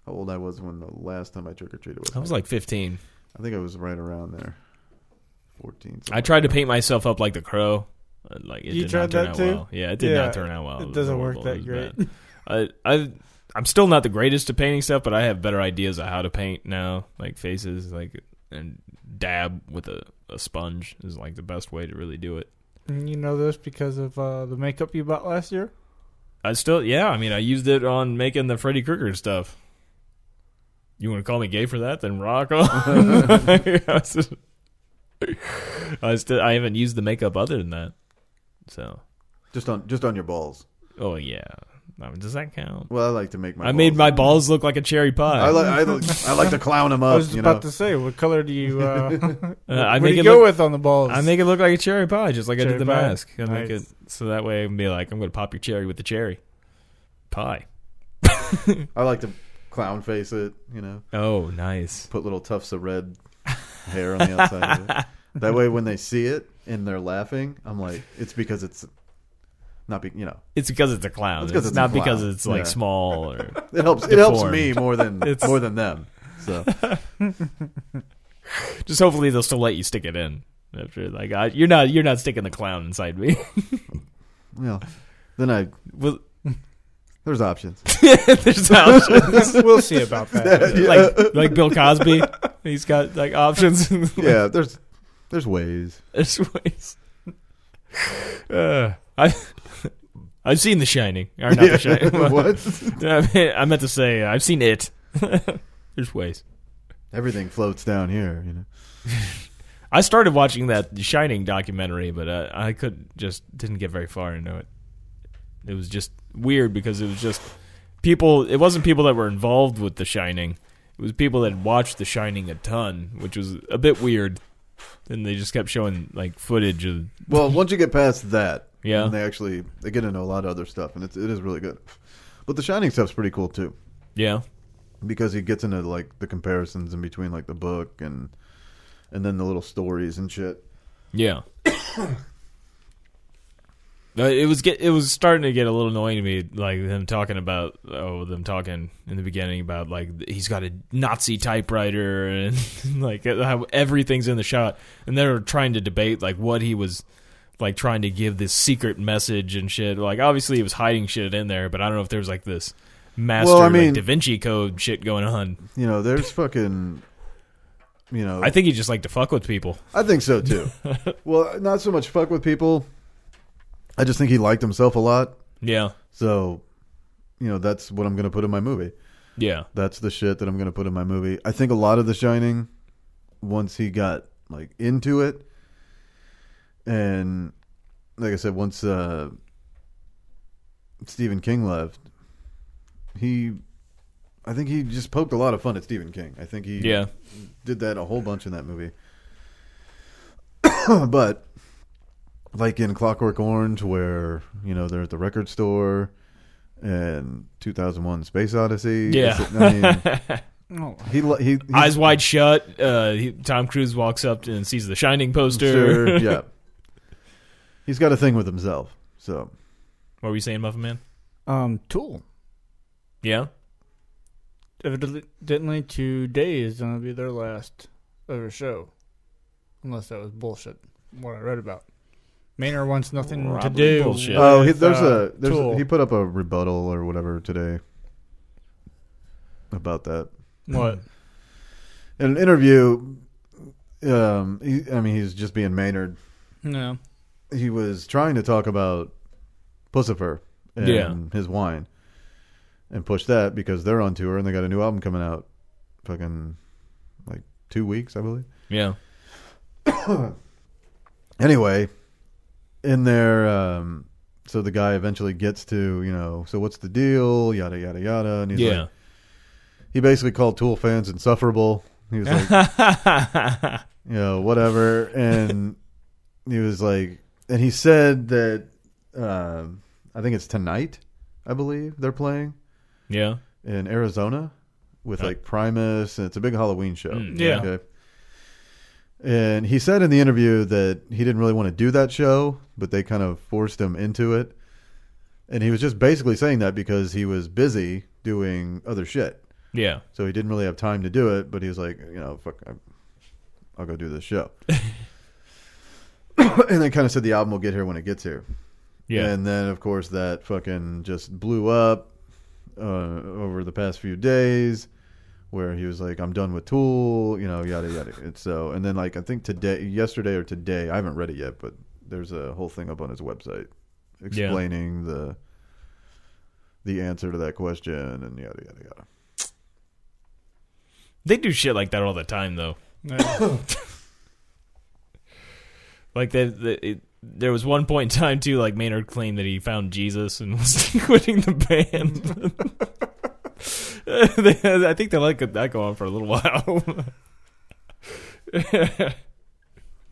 how old I was when the last time I trick or treated was.
I was like 15.
I think I was right around there, fourteen.
I tried to paint myself up like the crow. Uh, Like it
You
did
tried
not turn
that
out
too?
well. Yeah, it did
Yeah,
not turn out well.
it
was
doesn't work
horrible.
that
It was bad. I I I'm still not the greatest at painting stuff, but I have better ideas of how to paint now, like faces, like and dab with a, a sponge is like the best way to really do it.
And Mm, you know this because of uh, the makeup you bought last year.
I still yeah, I mean I used it on making the Freddy Krueger stuff. You want to call me gay for that? Then rock on. (laughs) I, was just- I still I haven't used the makeup other than that. So
just on just on your balls.
Oh yeah. I mean, does that count?
Well, I like to make my.
I made
balls-
my balls look like a cherry pie.
I like I, like- I like to clown them up.
I was just
you know?
about to say, what color do (laughs) you? Uh,
Uh, I
what do
make
you
it
go
look.
with on the balls? (laughs)
I make it look like a cherry pie, just like I
Cherry
did the
pie.
mask. I make it
Nice.
so that way I can be like, I'm going to pop your cherry with the cherry pie.
I like to clown face it. You know,
Oh, nice.
put little tufts of red hair on the outside. (laughs) of it. That way, when they see it and they're laughing, I'm like, it's because it's not. Be, you know,
It's because it's a clown.
It's
It's,
'cause it's a
not because
clown.
it's like
Yeah.
small or
it helps. It helps me (laughs) more than
It's-
more than them. (laughs) So
just hopefully they'll still let you stick it in. After like I, you're not you're not sticking the clown inside me. (laughs)
well, then I
Well, (laughs)
there's (laughs) options.
There's options.
we'll see about (laughs) that.
like like Bill Cosby, he's got like options. (laughs)
Yeah, there's there's (laughs) ways.
There's ways. Uh, I (laughs) I've seen The Shining. Or not The
(laughs)
Shining.
what?
I, mean, I meant to say uh, I've seen it. (laughs) There's ways.
Everything floats down here. You know.
I started watching that The Shining documentary, but uh, I could just didn't get very far into it. It was just weird because it was just people. It wasn't people that were involved with The Shining. It was people that watched The Shining a ton, which was a bit weird. And they just kept showing like footage of
Well, once you get past that,
Yeah.
and they actually they get into a lot of other stuff, and it's, it is really good. But the Shining stuff's pretty cool too,
yeah,
because he gets into like the comparisons in between like the book and and then the little stories and shit.
Yeah. Uh, It was get it was starting to get a little annoying to me, like them talking about oh them talking in the beginning about like th- he's got a Nazi typewriter and (laughs) like uh, how everything's in the shot, and they were trying to debate like what he was like trying to give this secret message and shit. Like obviously he was hiding shit in there, but I don't know if there was like this master
Well, I
like
mean-
Da Vinci Code shit going on.
You know, there's fucking. You know,
I think he just like to fuck with people.
I think so too. well, not so much fuck with people. I just think he liked himself a lot,
Yeah,
so you know that's what I'm going to put in my movie.
yeah,
that's the shit that I'm gonna put in my movie. I think a lot of The Shining, once he got like into it, and like I said, once uh, Stephen King left, he, I think he just poked a lot of fun at Stephen King. I think he
yeah.
did that a whole bunch in that movie. (coughs) but like in Clockwork Orange, where you know they're at the record store, and 2001: Space Odyssey.
Yeah.
I mean,
Oh,
he li- he he's-
eyes wide shut. Uh, he, Tom Cruise walks up and sees the Shining poster.
Sure, (laughs) yeah. He's got a thing with himself. So
what were you saying, Muffin Man?
um, Tool.
Yeah,
Evidently, today is gonna be their last ever show, unless that was bullshit. What I read about. Maynard wants nothing to
Probably
do.
bullshit.
with,
oh, he, there's
uh,
a there's a,
Tool.
he put up a rebuttal or whatever today about that. (laughs)
what?
In an interview, um, he, I mean, he's just being Maynard.
No.
he was trying to talk about Pussifer and
Yeah.
his wine and push that because they're on tour and they got a new album coming out fucking like two weeks, I believe.
yeah.
Anyway, in there, um, so the guy eventually gets to, you know, so what's the deal? Yada, yada, yada. And he's
Yeah.
like, he basically called Tool fans insufferable. He was like, you know, whatever. And he was like, and he said that um, I think it's tonight, I believe they're playing
yeah.
in Arizona with like Primus, and it's a big Halloween show.
Mm,
yeah.
Okay. And he said in the interview that he didn't really want to do that show, but they kind of forced him into it. And he was just basically saying that because he was busy doing other shit.
Yeah.
So he didn't really have time to do it, but he was like, you know, fuck, I, I'll go do this show. and they kind of said the album will get here when it gets here.
Yeah.
And then, of course, that fucking just blew up uh, over the past few days where he was like, I'm done with Tool, you know, yada, yada. And so, and then, like, I think today, yesterday or today, I haven't read it yet, but there's a whole thing up on his website explaining the the answer to that question and yada yada yada.
They do shit like that all the time, though. like that, the, it, there was one point in time too. Like Maynard claimed that he found Jesus and (laughs) was quitting the band. (laughs) They- I think they let that go on for a little (laughs) while.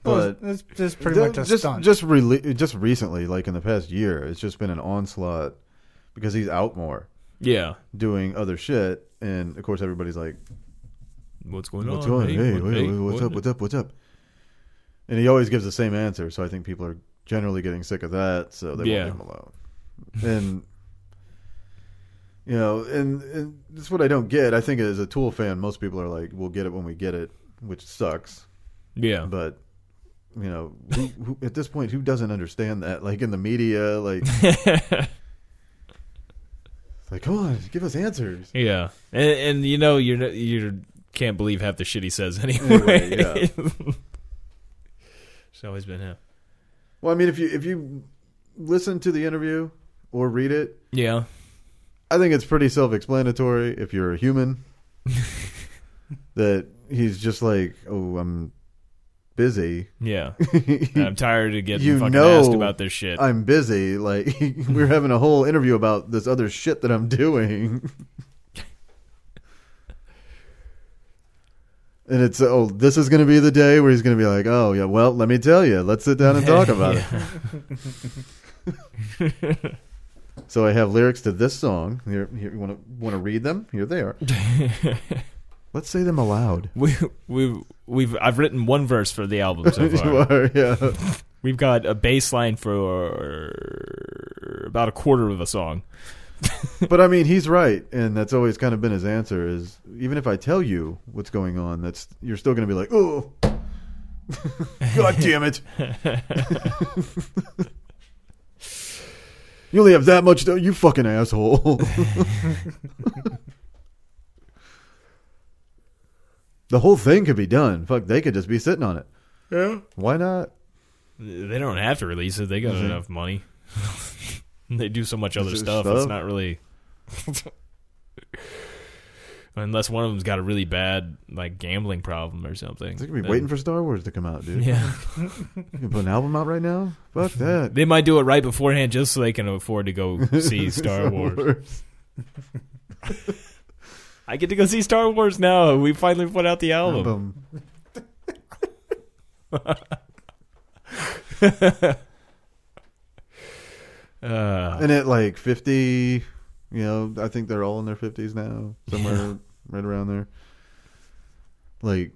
But
That's just pretty much a
just
stunt.
just rele- just recently, like in the past year, it's just been an onslaught because he's out more
yeah,
doing other shit, and of course everybody's like,
what's going
"What's
on?
going? Hey,
what-
hey, what's up? What's up? What's up?" And he always gives the same answer, so I think people are generally getting sick of that, so they
Yeah.
won't leave him alone. And you know, and, and that's what I don't get. I think as a Tool fan, most people are like, "We'll get it when we get it," which sucks.
Yeah,
but you know who, who, at this point who doesn't understand that like in the media like it's like come on give us answers
yeah, and, and you know you're n- you're can't believe half the shit he says (laughs) anyway.
Anyway, yeah.
(laughs) it's always been him.
well i mean if you if you listen to the interview or read it
Yeah,
i think it's pretty self-explanatory if you're a human that he's just like oh i'm busy (laughs)
yeah. I'm tired of getting
You
fucking
know
asked about this shit.
i'm busy like (laughs) we were having a whole interview about this other shit that i'm doing and it's oh this is going to be the day where he's going to be like oh yeah well let me tell you let's sit down and (laughs) talk about
(laughs)
it so i have lyrics to this song here, here you want to want to read them here they are let's say them aloud
(laughs) we we we've I've written one verse for the album so
(laughs) (laughs) You
far.
are, yeah
we've got a bass line for about a quarter of a song.
But I mean, he's right, and that's always kind of been his answer. Is even if I tell you what's going on, that's you're still going to be like, oh, (laughs) god damn it! (laughs) you only have that much, to, you fucking asshole. (laughs) the whole thing could be done. Fuck, they could just be sitting on it.
yeah.
Why not?
They don't have to release it. They got
Mm-hmm.
enough money. (laughs) they do so much other
it
stuff.
stuff?
It's
(laughs)
not really unless one of them's got a really bad like gambling problem or something.
They could be
Then-
waiting for Star Wars to come out, dude.
(laughs) yeah.
You can put an album out right now.
(laughs)
Fuck that.
They might do it right beforehand just so they can afford to go
(laughs)
see Star Wars. I get to go see Star Wars now. We finally put out the album.
Album.
Uh,
and at like 50 you know i think they're all in their 50s now somewhere right around there like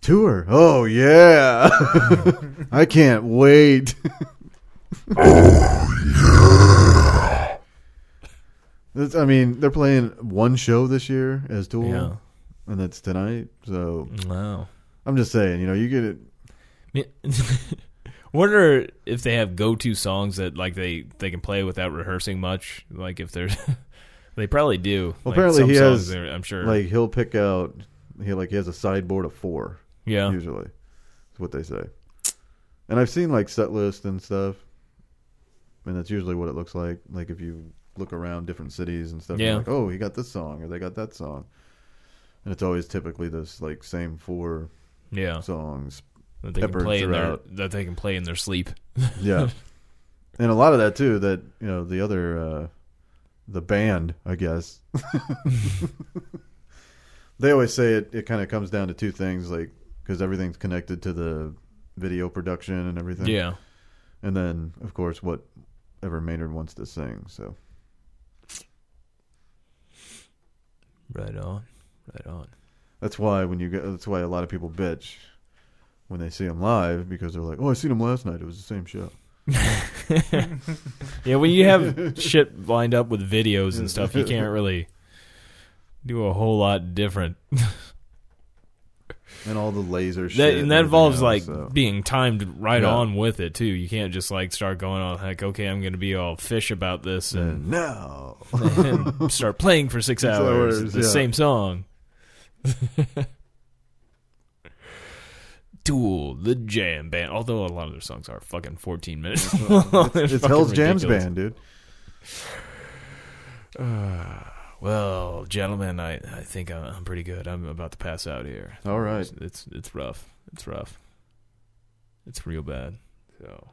tour oh yeah (laughs) i can't wait (laughs) That's- I mean, they're playing one show this year as Tool,
Yeah.
and that's tonight. So
Wow.
I'm just saying, you know, you get it.
(laughs) Wonder if they have go-to songs that like they they can play without rehearsing much. Like if there's, (laughs) they probably do.
Well,
Like,
apparently
some
he
songs
has,
there, I'm sure.
Like he'll pick out, he like he has a sideboard of four,
yeah,
usually is what they say and i've seen like set lists and stuff and that's usually what it looks like like if you look around different cities and stuff you're
Yeah.
like oh he got this song or they got that song and it's always typically those like same four
yeah.
songs
that they can
peppered
play in their
throughout.
that they can play in their sleep. (laughs)
yeah and a lot of that too that you know the other uh the band i guess (laughs) they always say it it kind of comes down to two things like because everything's connected to the video production and everything
Yeah.
and then of course whatever Maynard wants to sing. So
Right on. Right on.
that's why when you go, that's why a lot of people bitch when they see him live because they're like, "Oh, I seen him last night. It was the same show."
yeah, when you
(laughs)
have shit lined up with videos and stuff, you can't really do a whole lot different.
And all the laser shit.
That, and that
everything
involves
else,
like
so.
being timed right
Yeah.
on with it too. You can't just like start going on like, okay, I'm going to be all fish about this and,
And now,
and start playing for (laughs) six,
Six
hours,
hours,
the
yeah.
same song. (laughs) Duel, the jam band. Although a lot of their songs are fucking 14 (laughs) minutes. long.
(laughs)
They're
it's
fucking
Hell's Jams
ridiculous.
Band, dude.
Ah, Well, gentlemen, I, I think I'm, I'm pretty good. I'm about to pass out here.
All right.
It's it's rough. It's rough. It's real bad. So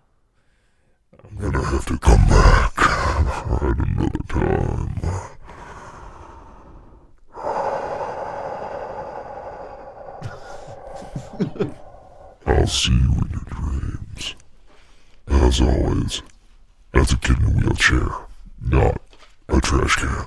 I'm gonna have to come back at another time. I'll see you in your dreams. As always, as a kid in a wheelchair, not a trash can.